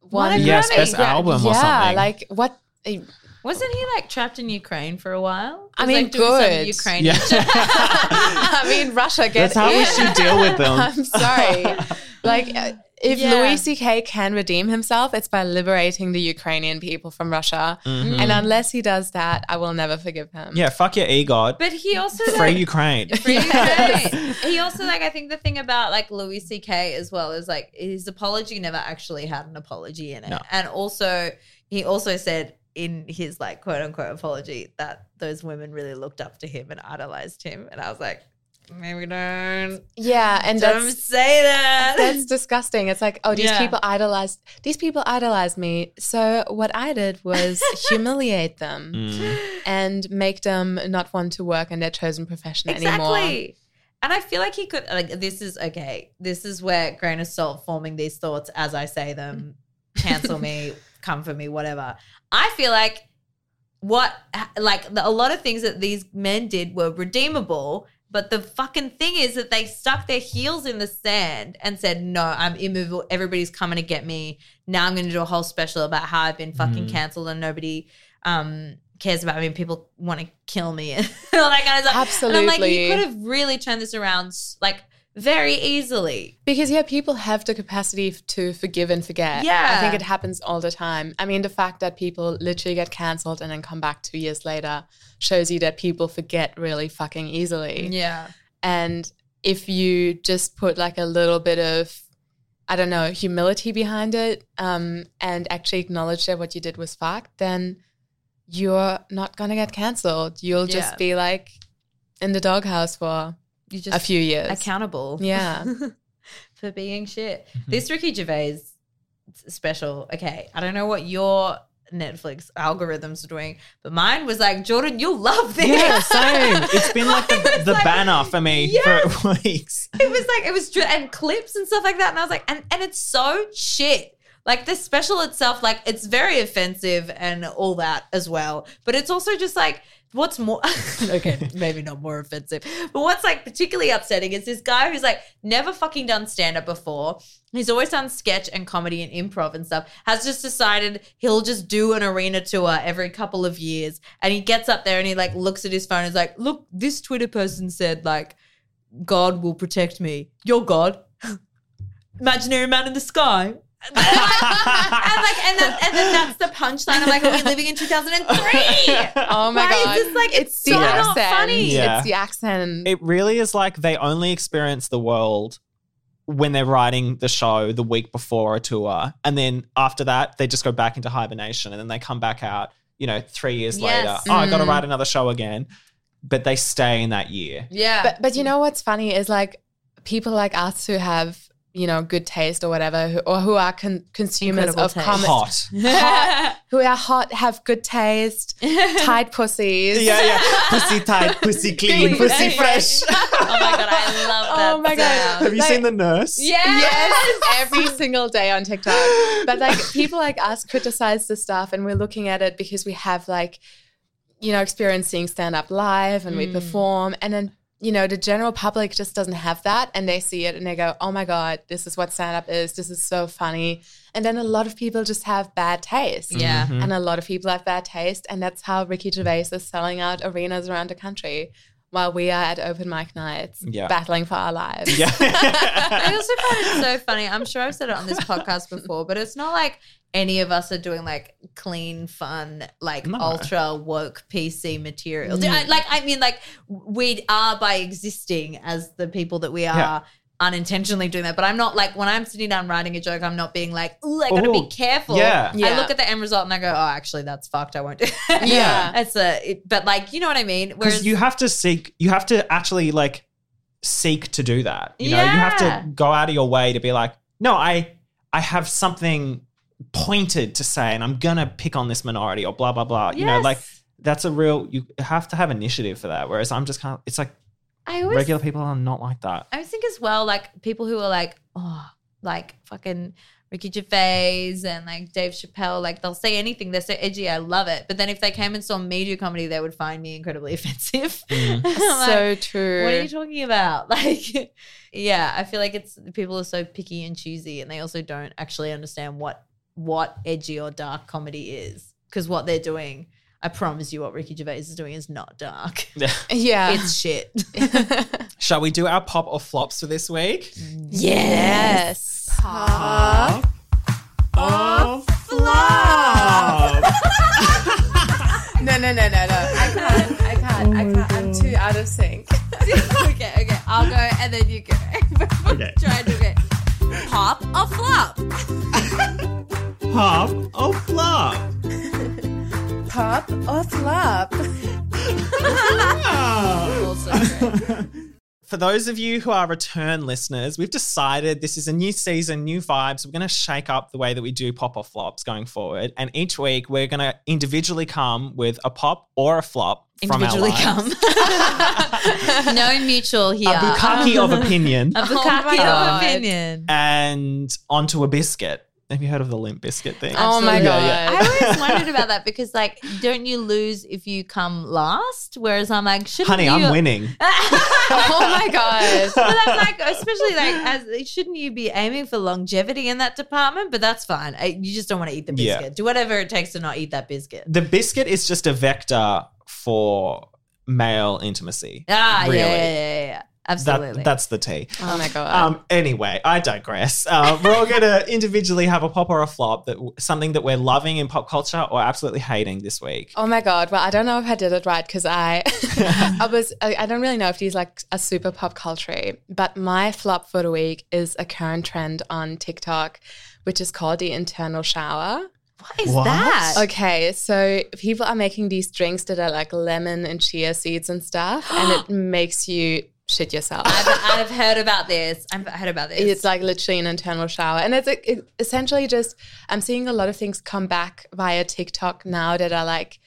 Speaker 3: a
Speaker 1: one
Speaker 2: Yes,
Speaker 3: Grammy.
Speaker 2: best album
Speaker 1: yeah,
Speaker 2: or something.
Speaker 1: like what?
Speaker 3: Wasn't he like trapped in Ukraine for a while?
Speaker 1: I
Speaker 3: He was,
Speaker 1: mean,
Speaker 3: like, doing some
Speaker 1: good.
Speaker 3: Ukrainian shit.
Speaker 2: Yeah.
Speaker 1: I mean, Russia gets
Speaker 2: That's how we should deal with them.
Speaker 1: I'm sorry. like uh, if
Speaker 3: Yeah.
Speaker 1: Louis C.K. can redeem himself, it's by liberating the Ukrainian people from Russia.
Speaker 2: Mhm.
Speaker 1: And unless he does that, I will never forgive him.
Speaker 2: yeah, fuck your egod.
Speaker 3: But he also
Speaker 2: Free
Speaker 3: like,
Speaker 2: Ukraine.
Speaker 3: Free
Speaker 1: Yes.
Speaker 3: Ukraine. He also like I think the thing about like Louis C.K. as well is like his apology never actually had an apology in it,
Speaker 2: No.
Speaker 3: and also he also said in his like quote unquote apology that those women really looked up to him and idolized him, and I was like, maybe don't
Speaker 1: Yeah, and
Speaker 3: don't
Speaker 1: that's
Speaker 3: say that.
Speaker 1: that's disgusting. It's like, oh, these
Speaker 3: Yeah.
Speaker 1: people idolized these people idolized me. So what I did was humiliate them
Speaker 2: Mm.
Speaker 1: and make them not want to work in their chosen profession anymore.
Speaker 3: Exactly. And I feel like he could like this is okay. This is where grain of salt forming these thoughts as I say them, cancel me, come for me, whatever. I feel like what like the, a lot of things that these men did were redeemable, but the fucking thing is that they stuck their heels in the sand and said, "No, I'm immovable. Everybody's coming to get me. Now I'm going to do a whole special about how I've been fucking
Speaker 2: Mm.
Speaker 3: cancelled and nobody um cares about me and people want to kill me and all that kind of stuff."
Speaker 1: Absolutely.
Speaker 3: And I'm like, you could have really turned this around s- like very easily.
Speaker 1: Because yeah, people have the capacity f- to forgive and forget.
Speaker 3: Yeah.
Speaker 1: I think it happens all the time. I mean, the fact that people literally get cancelled and then come back two years later shows you that people forget really fucking easily.
Speaker 3: Yeah.
Speaker 1: And if you just put like a little bit of, I don't know, humility behind it, um, and actually acknowledge that what you did was fucked, then you're not gonna get cancelled. You'll just
Speaker 3: Yeah.
Speaker 1: be like in the doghouse for
Speaker 3: You just
Speaker 1: a few years.
Speaker 3: accountable.
Speaker 1: Yeah.
Speaker 3: for being shit. This Ricky Gervais special, okay, I don't know what your Netflix algorithms are doing, but mine was like, Jordan, you'll love this.
Speaker 2: Yeah, same. It's been like the, the
Speaker 3: like-
Speaker 2: banner for me for weeks.
Speaker 3: it was like it was dr- and clips and stuff like that and i was like and and it's so shit like the special itself like it's very offensive and all that as well but it's also just like what's more okay maybe not more offensive but what's like particularly upsetting is this guy who's like never fucking done stand up before he's always done sketch and comedy and improv and stuff has just decided he'll just do an arena tour every couple of years and he gets up there and he like looks at his phone and is like look this twitter person said like God will protect me. Your God. Imaginary man in the sky. and like, and, that, and then that's the punchline. I'm like, are we living in 2003?
Speaker 1: Oh my
Speaker 3: Why is
Speaker 1: god!
Speaker 3: this, like,
Speaker 1: it's
Speaker 3: so not funny?
Speaker 2: Yeah.
Speaker 1: It's the accent.
Speaker 2: It really is like they only experience the world when they're writing the show the week before a tour. And then after that, they just go back into hibernation and then they come back out, you know, three years
Speaker 3: Yes.
Speaker 2: later. Oh, I got to
Speaker 1: Mm.
Speaker 2: write another show again. But they stay in that year.
Speaker 3: Yeah.
Speaker 1: But but you know what's funny is like people like us who have you know good taste or whatever, who, or who are con- consumers
Speaker 3: Incredible
Speaker 1: of
Speaker 3: taste.
Speaker 1: comics,
Speaker 2: Hot.
Speaker 1: hot, who are hot, have good taste, tied pussies.
Speaker 2: Yeah, yeah. Pussy tight, pussy clean,
Speaker 1: Clean.
Speaker 2: pussy
Speaker 3: Anyway.
Speaker 2: fresh.
Speaker 3: oh my god, I love that.
Speaker 1: Oh my God.
Speaker 2: Have you
Speaker 1: Like-
Speaker 2: seen The Nurse?
Speaker 1: Yes, every single day on TikTok. But like people like us criticize the stuff and we're looking at it because we have like, you know, experience seeing stand up live and we
Speaker 3: Mm.
Speaker 1: perform. And then, you know, the general public just doesn't have that. And they see it and they go, oh my God, this is what stand up is. This is so funny. And then a lot of people just have bad taste.
Speaker 3: Yeah.
Speaker 2: Mhm.
Speaker 1: And a lot of people have bad taste. And that's how Ricky Gervais is selling out arenas around the country while we are at open mic nights
Speaker 2: Yeah.
Speaker 1: battling for our lives.
Speaker 2: Yeah.
Speaker 3: I also find it so funny. I'm sure I've said it on this podcast before, but it's not like any of us are doing like clean, fun, like
Speaker 2: No.
Speaker 3: ultra woke PC material.
Speaker 1: Mm.
Speaker 3: I- Like, I mean, like we are by existing as the people that we are.
Speaker 2: Yeah.
Speaker 3: Unintentionally doing that, but I'm not like when I'm sitting down writing a joke, I'm not being like, "Ooh, I gotta
Speaker 2: Ooh,
Speaker 3: be careful."
Speaker 2: yeah.
Speaker 3: I
Speaker 1: Yeah.
Speaker 3: look at the end result and I go, "Oh, actually, that's fucked. I won't." do it."
Speaker 1: Yeah.
Speaker 3: that's a. It, but like, you know what I mean?
Speaker 2: Because you have to seek, you have to actually like seek to do that. You know, you have
Speaker 3: Yeah.
Speaker 2: to go out of your way to be like, no, I, I have something pointed to say, and I'm gonna pick on this minority or blah blah blah. You know,
Speaker 3: Yes.
Speaker 2: like that's a real. You have to have initiative for that. Whereas I'm just kind of, it's like
Speaker 3: I always
Speaker 2: regular people are not like that.
Speaker 3: I think as well, like people who are like, oh, like fucking Ricky Gervais and like Dave Chappelle, like they'll say anything. They're so edgy. I love it. But then if they came and saw me do comedy, they would find me incredibly offensive.
Speaker 2: Mm.
Speaker 3: I'm like,
Speaker 1: so true.
Speaker 3: what are you talking about? Like, yeah, I feel like it's people are so picky and choosy, and they also don't actually understand what what edgy or dark comedy is because what they're doing. I promise you, what Ricky Gervais is doing is not dark.
Speaker 1: yeah.
Speaker 3: It's shit.
Speaker 2: Shall we do our pop or flops for this week?
Speaker 1: yes. No, no, no, no, no. I can't. I can't. I can't. I'm too out of sync.
Speaker 3: okay, okay. I'll go and then you go.
Speaker 2: Okay.
Speaker 3: Try to get pop or flop.
Speaker 2: Pop or flop?
Speaker 1: Pop or flop?
Speaker 2: for those of you who are return listeners, we've decided this is a new season, new vibes. We're going to shake up the way that we do pop or flops going forward. And each week, we're going to individually come with a pop or a flop from our
Speaker 3: Individually
Speaker 2: lives.
Speaker 3: come. no mutual
Speaker 2: A
Speaker 3: here.
Speaker 2: bukkake of opinion
Speaker 3: A
Speaker 1: Oh my
Speaker 3: bukkake of
Speaker 1: God.
Speaker 3: opinion.
Speaker 2: and onto a biscuit. Have you heard of the limp biscuit thing?
Speaker 1: Oh my
Speaker 3: Absolutely.
Speaker 1: god.
Speaker 2: Yeah,
Speaker 3: I always wondered about that because, like, don't you lose if you come last? Whereas I'm like, shouldn't
Speaker 2: Honey,
Speaker 3: you?
Speaker 2: I'm winning.
Speaker 1: Oh my god.
Speaker 3: But I'm like, especially like, as shouldn't you be aiming for longevity in that department? But that's fine. I, you just don't want to eat the
Speaker 2: Yeah.
Speaker 3: biscuit. Do whatever it takes to not eat that biscuit.
Speaker 2: The biscuit is just a vector for male intimacy.
Speaker 3: Ah,
Speaker 2: Really.
Speaker 3: yeah, yeah, yeah, yeah. Absolutely.
Speaker 2: That, that's the tea.
Speaker 1: Oh my god.
Speaker 2: Um, anyway, I digress. Uh, we're all going to individually have a pop or a flop that something that we're loving in pop culture or absolutely hating this week.
Speaker 1: Oh my god! Well, I don't know if I did it right because I, I was I I don't really know if these like are super pop culture, but my flop for the week is a current trend on TikTok, which is called the internal shower.
Speaker 3: what is
Speaker 2: What?
Speaker 3: that?
Speaker 1: Okay, so people are making these drinks that are like lemon and chia seeds and stuff, and it makes you shit yourself.
Speaker 3: I've, I've heard about this. I've heard about this.
Speaker 1: It's like literally an internal shower. And it's like, it essentially just, I'm seeing a lot of things come back via TikTok now that are like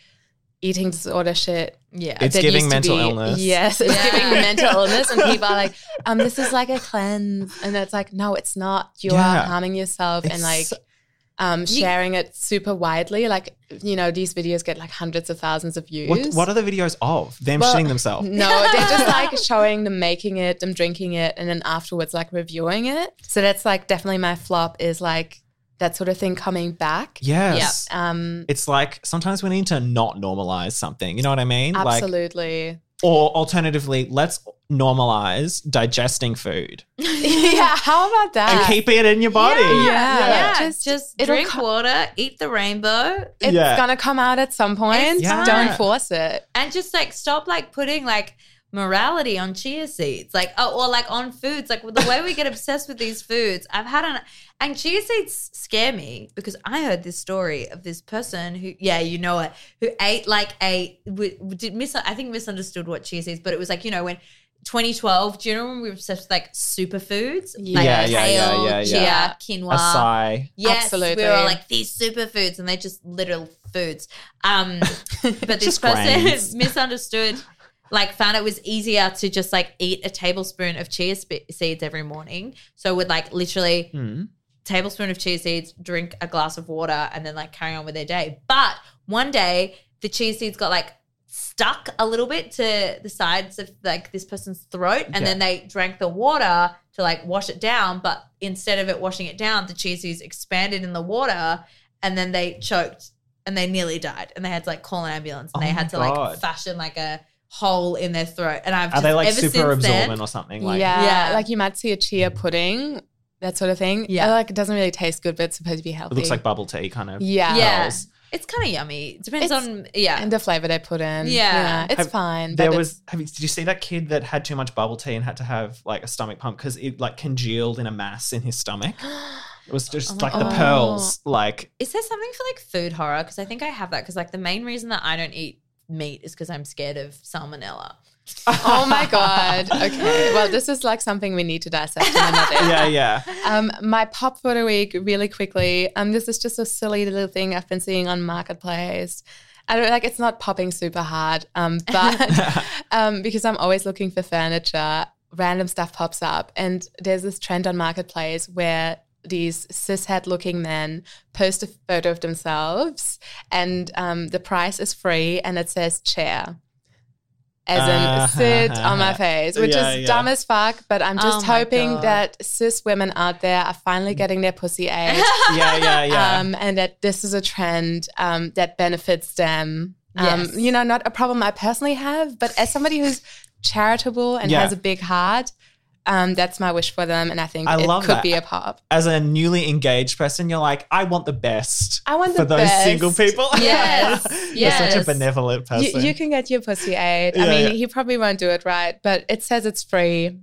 Speaker 1: eating disorder shit.
Speaker 3: yeah.
Speaker 2: It's
Speaker 1: that used
Speaker 2: giving
Speaker 1: to
Speaker 2: mental
Speaker 1: be-
Speaker 2: illness.
Speaker 1: Yes, it's
Speaker 3: Yeah.
Speaker 1: giving mental illness. And people are like, um, this is like a cleanse. And it's like, no, it's not. You
Speaker 2: Yeah.
Speaker 1: are harming yourself
Speaker 2: It's
Speaker 1: and like
Speaker 2: so-
Speaker 1: um, sharing it super widely. Like, you know, these videos get like hundreds of thousands of views.
Speaker 2: What, what are the videos of them
Speaker 1: Well,
Speaker 2: shitting themselves?
Speaker 1: No, they're just like showing them making it, them drinking it, and then afterwards like reviewing it. So that's like definitely my flop is like that sort of thing coming back.
Speaker 2: Yes.
Speaker 1: Um
Speaker 2: It's like sometimes we need to not normalize something. You know what I mean? Like,
Speaker 1: absolutely.
Speaker 2: or alternatively, let's normalize digesting food
Speaker 1: yeah, how about that?
Speaker 2: and keep it in your body.
Speaker 3: Yeah,
Speaker 1: Yeah.
Speaker 3: yeah.
Speaker 1: Just-
Speaker 3: Just,
Speaker 1: it'll
Speaker 3: drink
Speaker 1: co-
Speaker 3: water, eat the rainbow,
Speaker 1: it's
Speaker 2: Yeah.
Speaker 1: gonna come out at some point.
Speaker 3: It's
Speaker 2: Yeah.
Speaker 1: Don't force it.
Speaker 3: and just like stop like putting like morality on chia seeds, like oh, or like on foods, like the way we get obsessed with these foods. I've had an and chia seeds scare me because I heard this story of this person who, yeah, you know it, who ate like a w- did mis I think misunderstood what chia seeds, but it was like you know when. 2012. Do you remember when we were obsessed with like superfoods? Like
Speaker 2: Yeah, yeah, yeah,
Speaker 3: kale,
Speaker 2: yeah,
Speaker 3: chia,
Speaker 1: yeah.
Speaker 3: quinoa.
Speaker 2: A sigh.
Speaker 3: Yes,
Speaker 1: Absolutely.
Speaker 3: we were all like these superfoods, and they're just literal foods. Um, but this
Speaker 2: Just
Speaker 3: person
Speaker 2: grains.
Speaker 3: misunderstood, like found it was easier to just like eat a tablespoon of chia spe- seeds every morning. So would like literally
Speaker 2: Hmm.
Speaker 3: tablespoon of chia seeds, drink a glass of water, and then like carry on with their day. But one day the chia seeds got like stuck a little bit to the sides of like this person's throat, and
Speaker 2: Yeah.
Speaker 3: then they drank the water to like wash it down. But instead of it washing it down, the chia seeds expanded in the water, and then they choked and they nearly died, and they had to like call an ambulance, and
Speaker 2: Oh
Speaker 3: they had
Speaker 2: my
Speaker 3: to like
Speaker 2: God.
Speaker 3: fashion like a hole in their throat. And I've
Speaker 2: Are they
Speaker 3: just-
Speaker 2: like
Speaker 3: ever
Speaker 2: super
Speaker 3: since then-
Speaker 2: absorbent or something? Like,
Speaker 1: yeah,
Speaker 3: Yeah.
Speaker 1: like you might see a chia pudding, that sort of thing.
Speaker 3: Yeah.
Speaker 1: Yeah, like it doesn't really taste good, but it's supposed to be
Speaker 2: it
Speaker 1: healthy.
Speaker 2: looks like bubble tea kind of.
Speaker 1: yeah,
Speaker 3: Yeah.
Speaker 2: Pearls.
Speaker 3: It's kind of yummy. Depends
Speaker 1: It's-
Speaker 3: on yeah.
Speaker 1: and the flavor they put in.
Speaker 3: Yeah.
Speaker 1: it's
Speaker 2: Have-
Speaker 1: fine.
Speaker 2: There
Speaker 1: but it-
Speaker 2: was. Have you, did you see that kid that had too much bubble tea and had to have like a stomach pump because it like congealed in a mass in his stomach? It was just
Speaker 3: Oh my
Speaker 2: like the
Speaker 1: God.
Speaker 2: pearls. Like
Speaker 3: Is there something for like food horror? Because I think I have that. Because like the main reason that I don't eat meat is because I'm scared of salmonella.
Speaker 1: oh my god. Okay, well this is like something we need to dissect in another.
Speaker 2: yeah, yeah.
Speaker 1: Um, my pop for the week, really quickly. Um, this is just a silly little thing I've been seeing on marketplace. I don't like it's not popping super hard, um, but um, because I'm always looking for furniture, random stuff pops up, and there's this trend on marketplace where these cishet looking men post a photo of themselves, and um, the price is free, and it says chair. As in sit on my face, which
Speaker 2: Ah. Yeah,
Speaker 1: is
Speaker 2: yeah.
Speaker 1: dumb as fuck, but I'm just
Speaker 3: Oh my
Speaker 1: hoping
Speaker 3: God.
Speaker 1: that cis women out there are finally getting their pussy ate,
Speaker 2: yeah, yeah, yeah.
Speaker 1: um, and that this is a trend um, that benefits them. Um,
Speaker 3: Yes.
Speaker 1: You know, not a problem I personally have, but as somebody who's charitable and
Speaker 2: Yeah.
Speaker 1: has a big heart, um, that's my wish for them, and I think
Speaker 2: I
Speaker 1: it
Speaker 2: love
Speaker 1: could
Speaker 2: that.
Speaker 1: be a pop.
Speaker 2: As a newly engaged person, you're like, I want the best
Speaker 1: I want the
Speaker 2: for those
Speaker 1: best.
Speaker 2: single people.
Speaker 3: Yes,
Speaker 2: you're such a
Speaker 3: yes.
Speaker 2: benevolent
Speaker 1: You,
Speaker 2: person.
Speaker 1: you can get your pussy ate.
Speaker 2: Yeah,
Speaker 1: I mean,
Speaker 2: yeah.
Speaker 1: he probably won't do it right, but it says it's free.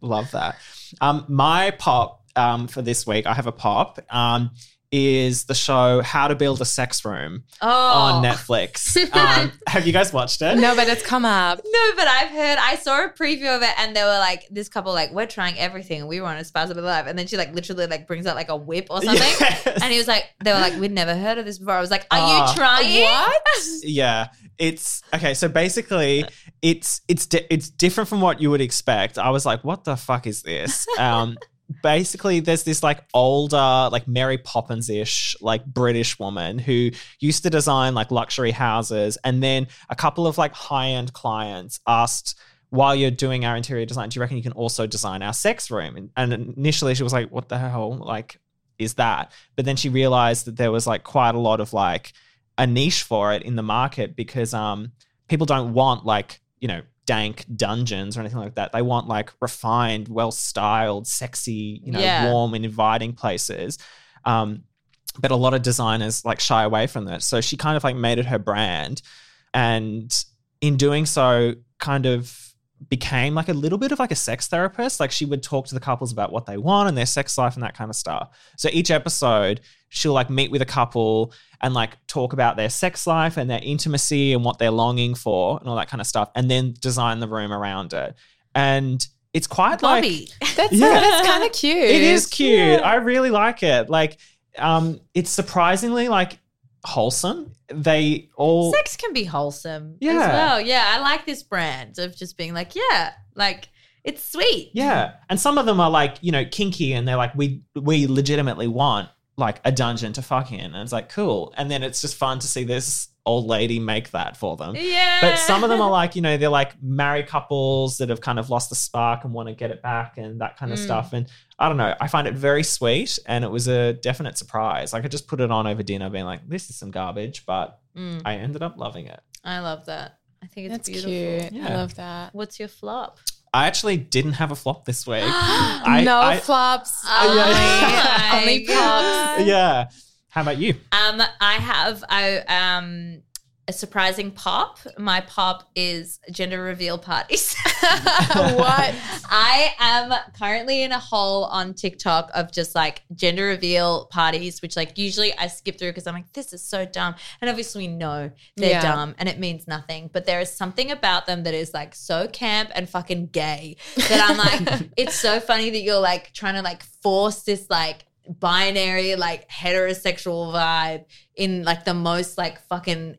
Speaker 2: Love that. Um, my pop um, for this week, I have a pop. Um, is the show How to Build a Sex Room
Speaker 3: Oh,
Speaker 2: on Netflix? Um, have you guys watched it?
Speaker 1: no, but it's come up.
Speaker 3: No, but I've heard. I saw a preview of it, and they were like, "This couple, like, we're trying everything. and We were on a spouse of life." And then she like literally like brings out like a whip or something.
Speaker 2: Yes.
Speaker 3: And he was like, "They were like, we'd never heard of this before." I was like, "Are
Speaker 2: Ah.
Speaker 3: you trying?"
Speaker 1: What?
Speaker 2: yeah it's okay so basically it's it's di- it's different from what you would expect i was like what the fuck is this um basically there's this like older like mary poppins-ish like british woman who used to design like luxury houses and then a couple of like high-end clients asked while you're doing our interior design do you reckon you can also design our sex room and, and initially she was like what the hell like is that but then she realized that there was like quite a lot of like a niche for it in the market because um, people don't want like you know dank dungeons or anything like that. They want like refined, well styled, sexy, you know,
Speaker 3: Yeah.
Speaker 2: warm and inviting places. Um, but a lot of designers like shy away from that. So she kind of like made it her brand, and in doing so, kind of became like a little bit of like a sex therapist. Like she would talk to the couples about what they want and their sex life and that kind of stuff. So each episode, she'll like meet with a couple and like talk about their sex life and their intimacy and what they're longing for and all that kind of stuff, and then design the room around it. And it's quite like
Speaker 3: Bobby.
Speaker 1: That's,
Speaker 2: Yeah.
Speaker 1: that's kind of cute.
Speaker 2: it is cute.
Speaker 3: Yeah.
Speaker 2: I really like it. Like, um, it's surprisingly like wholesome. They all
Speaker 3: Sex can be wholesome as
Speaker 2: Yeah.
Speaker 3: well. Yeah, I like this brand of just being like, yeah, like it's sweet.
Speaker 2: Yeah. And some of them are like, you know, kinky and they're like, we we legitimately want like a dungeon to fuck in. And it's like, cool. And then it's just fun to see this old lady make that for them.
Speaker 3: Yeah.
Speaker 2: But some of them are like, you know, they're like married couples that have kind of lost the spark and want to get it back and that kind of
Speaker 3: Mm.
Speaker 2: stuff. And I don't know. I find it very sweet and it was a definite surprise. Like I just put it on over dinner being like, this is some garbage, but
Speaker 3: Mm,
Speaker 2: I ended up loving it.
Speaker 3: I love that. I think it's
Speaker 1: That's
Speaker 3: beautiful.
Speaker 1: cute. I
Speaker 2: Yeah.
Speaker 1: love that.
Speaker 3: What's your flop?
Speaker 2: I actually didn't have a flop this week. I,
Speaker 1: no
Speaker 2: I-
Speaker 1: flops.
Speaker 3: Oh
Speaker 1: only-
Speaker 3: my
Speaker 1: only
Speaker 3: God.
Speaker 1: flops.
Speaker 2: Yeah. How about you?
Speaker 3: Um, I have I um a surprising pop. My pop is gender reveal parties.
Speaker 1: what?
Speaker 3: I am currently in a hole on TikTok of just like gender reveal parties, which like usually I skip through because I'm like, this is so dumb. And obviously, no, they're
Speaker 1: Yeah.
Speaker 3: dumb and it means nothing. But there is something about them that is like so camp and fucking gay that I'm like, it's so funny that you're like trying to like force this like binary, like heterosexual vibe in like the most like fucking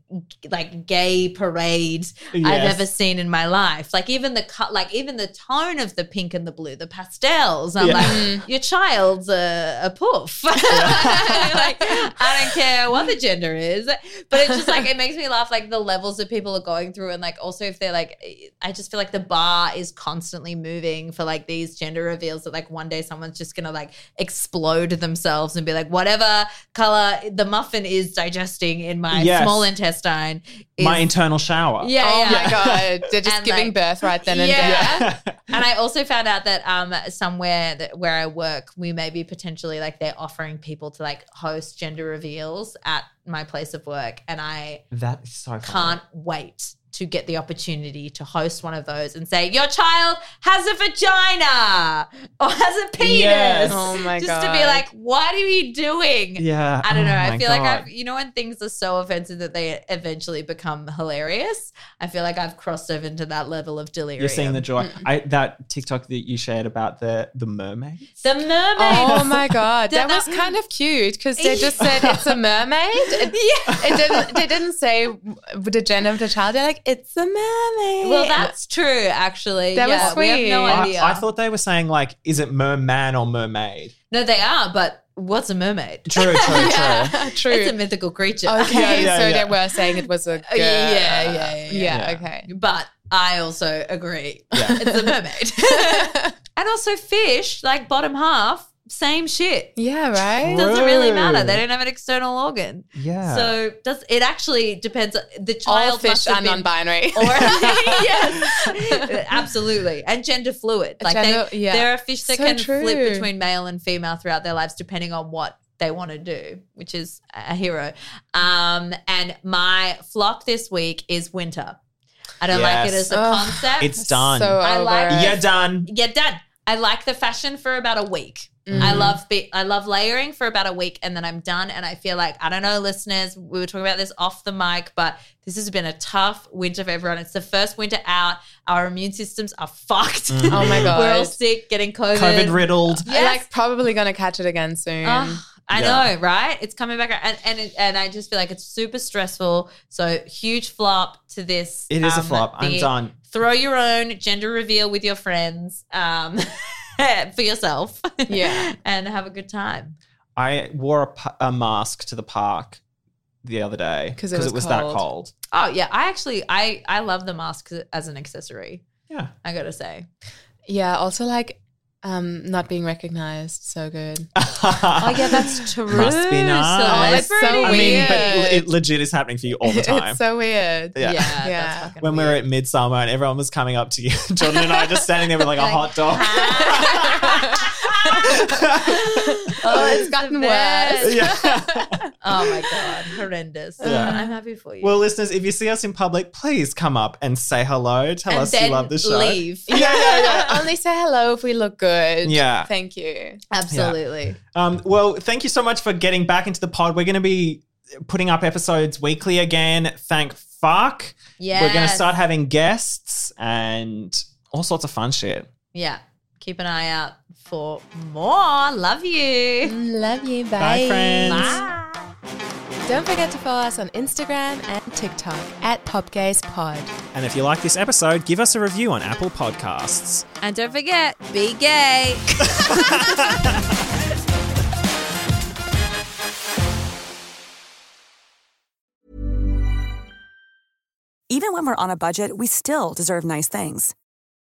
Speaker 3: like gay parade I've ever seen in my life. Like even the cut, like even the tone of the pink and the blue, the pastels. I'm
Speaker 2: Yeah.
Speaker 3: like, your child's a, a poof. like I don't care what the gender is, but it's just like it makes me laugh. Like the levels that people are going through, and like also if they're like, I just feel like the bar is constantly moving for like these gender reveals. That like one day someone's just gonna like explode themselves and be like, whatever color the muffin is digesting in my
Speaker 2: Yes.
Speaker 3: small intestine. Is,
Speaker 2: My internal shower.
Speaker 3: yeah,
Speaker 1: oh
Speaker 3: yeah.
Speaker 1: my god, they're just
Speaker 3: And,
Speaker 1: giving
Speaker 3: like-
Speaker 1: birth right then and
Speaker 3: Yeah.
Speaker 1: there.
Speaker 2: Yeah.
Speaker 3: And I also found out that um, somewhere that where I work, we may be potentially like they're offering people to like host gender reveals at my place of work, and I
Speaker 2: that is so funny.
Speaker 3: can't wait to get the opportunity to host one of those and say your child has a vagina or has a penis.
Speaker 2: Yes.
Speaker 1: Oh my
Speaker 3: just
Speaker 1: god,
Speaker 3: to be like, what are you doing?
Speaker 2: Yeah.
Speaker 3: I don't know.
Speaker 2: Oh
Speaker 3: I
Speaker 2: my
Speaker 3: feel like
Speaker 2: God.
Speaker 3: I've, you know, when things are so offensive that they eventually become hilarious, I feel like I've crossed over into that level of delirium.
Speaker 2: You're seeing the joy. I that TikTok that you shared about the the mermaid.
Speaker 3: The mermaid.
Speaker 1: Oh my god,
Speaker 3: Did
Speaker 1: that
Speaker 3: that-
Speaker 1: was kind of cute because they just said it's a mermaid. It, it didn't. They didn't say w- the gender of the child. They're like, it's a mermaid.
Speaker 3: Well, that's true, actually.
Speaker 1: That was
Speaker 3: Oh, yeah, We have no
Speaker 1: sweet.
Speaker 2: I-
Speaker 3: idea.
Speaker 2: I, thought they were saying like, is it merman or mermaid?
Speaker 3: no, they are, but what's a mermaid?
Speaker 2: True, true, true.
Speaker 1: yeah, true.
Speaker 3: It's a mythical creature.
Speaker 1: okay,
Speaker 2: Yeah, yeah,
Speaker 1: so
Speaker 2: yeah.
Speaker 1: they were saying it was a girl.
Speaker 3: yeah, yeah, yeah, yeah.
Speaker 2: Yeah.
Speaker 1: Okay.
Speaker 3: But I also agree.
Speaker 2: Yeah.
Speaker 3: It's a mermaid. and also fish, like bottom half, same shit.
Speaker 1: Yeah. Right.
Speaker 3: Doesn't really matter.
Speaker 2: True.
Speaker 3: They don't have an external organ.
Speaker 2: Yeah.
Speaker 3: So does it actually depends the child
Speaker 1: All fish
Speaker 3: must have
Speaker 1: are
Speaker 3: been-
Speaker 1: non-binary.
Speaker 3: or yes, absolutely, and gender fluid. Like
Speaker 1: Gender-
Speaker 3: they,
Speaker 1: yeah.
Speaker 3: there are fish that
Speaker 1: So
Speaker 3: can flip
Speaker 1: true.
Speaker 3: between male and female throughout their lives, depending on what they want to do, which is a hero. Um, and my flop this week is winter. I don't like it
Speaker 2: Yes.
Speaker 3: as a
Speaker 1: Ugh.
Speaker 3: concept.
Speaker 2: It's done.
Speaker 1: So
Speaker 3: I
Speaker 1: over
Speaker 3: like-
Speaker 1: it.
Speaker 2: You're done.
Speaker 3: yeah, done. I like the fashion for about a week.
Speaker 1: Mm.
Speaker 3: I love be- I love layering for about a week and then I'm done and I feel like I don't know listeners we were talking about this off the mic but this has been a tough winter for everyone it's the first winter out our immune systems are fucked
Speaker 1: Oh my god.
Speaker 3: we're all sick getting COVID,
Speaker 2: COVID riddled.
Speaker 3: Yes. Uh-huh.
Speaker 1: Like probably gonna catch it again soon.
Speaker 3: Ugh, I
Speaker 2: Yeah.
Speaker 3: know, right? It's coming back, and and it- and I just feel like it's super stressful. So huge flop to this.
Speaker 2: It is a
Speaker 3: um,
Speaker 2: flop. I'm
Speaker 3: the-
Speaker 2: done.
Speaker 3: Throw your own gender reveal with your friends um, for yourself,
Speaker 1: Yeah.
Speaker 3: and have a good time.
Speaker 2: I wore a, pa- a mask to the park the other day
Speaker 1: 'Cause it
Speaker 2: it
Speaker 1: was
Speaker 2: was that
Speaker 1: cold.
Speaker 2: cold.
Speaker 3: Oh yeah, I actually I I love the mask as an accessory.
Speaker 2: Yeah.
Speaker 3: I gotta say.
Speaker 1: Yeah. Also like um not being recognized. So good.
Speaker 3: Oh yeah, that's true.
Speaker 2: Must be nice.
Speaker 1: Oh, it's so
Speaker 3: Celebrity.
Speaker 2: I mean, but
Speaker 1: Weird.
Speaker 2: it legit is happening for you all the time.
Speaker 1: it's so weird.
Speaker 2: Yeah.
Speaker 3: yeah,
Speaker 1: Yeah.
Speaker 3: That's fucking
Speaker 2: when we were
Speaker 3: weird.
Speaker 2: at midsummer and everyone was coming up to you, Jordan and I just standing there with like a hot dog.
Speaker 1: Oh, it's gotten
Speaker 3: the best.
Speaker 1: worse.
Speaker 2: yeah.
Speaker 3: oh my god, horrendous.
Speaker 2: Yeah.
Speaker 3: I'm happy for you.
Speaker 2: Well, listeners, if you see us in public, please come up and say hello. Tell
Speaker 3: and
Speaker 2: us
Speaker 3: then
Speaker 2: you love the show.
Speaker 3: Leave.
Speaker 2: Yeah, yeah, yeah.
Speaker 1: Only say hello if we look good.
Speaker 2: Yeah.
Speaker 1: Thank you.
Speaker 3: Absolutely.
Speaker 2: Um, well, thank you so much for getting back into the pod. We're going to be putting up episodes weekly again. Thank fuck.
Speaker 3: Yeah.
Speaker 2: We're going to start having guests and all sorts of fun shit.
Speaker 3: Yeah. Keep an eye out for more. Love you.
Speaker 1: Love you. Bye.
Speaker 2: Bye, friends.
Speaker 3: Bye.
Speaker 1: Don't forget to follow us on Instagram and TikTok at PopGazePod. Pod.
Speaker 2: And if you like this episode, give us a review on Apple Podcasts.
Speaker 3: And don't forget, be gay.
Speaker 4: Even when we're on a budget, we still deserve nice things.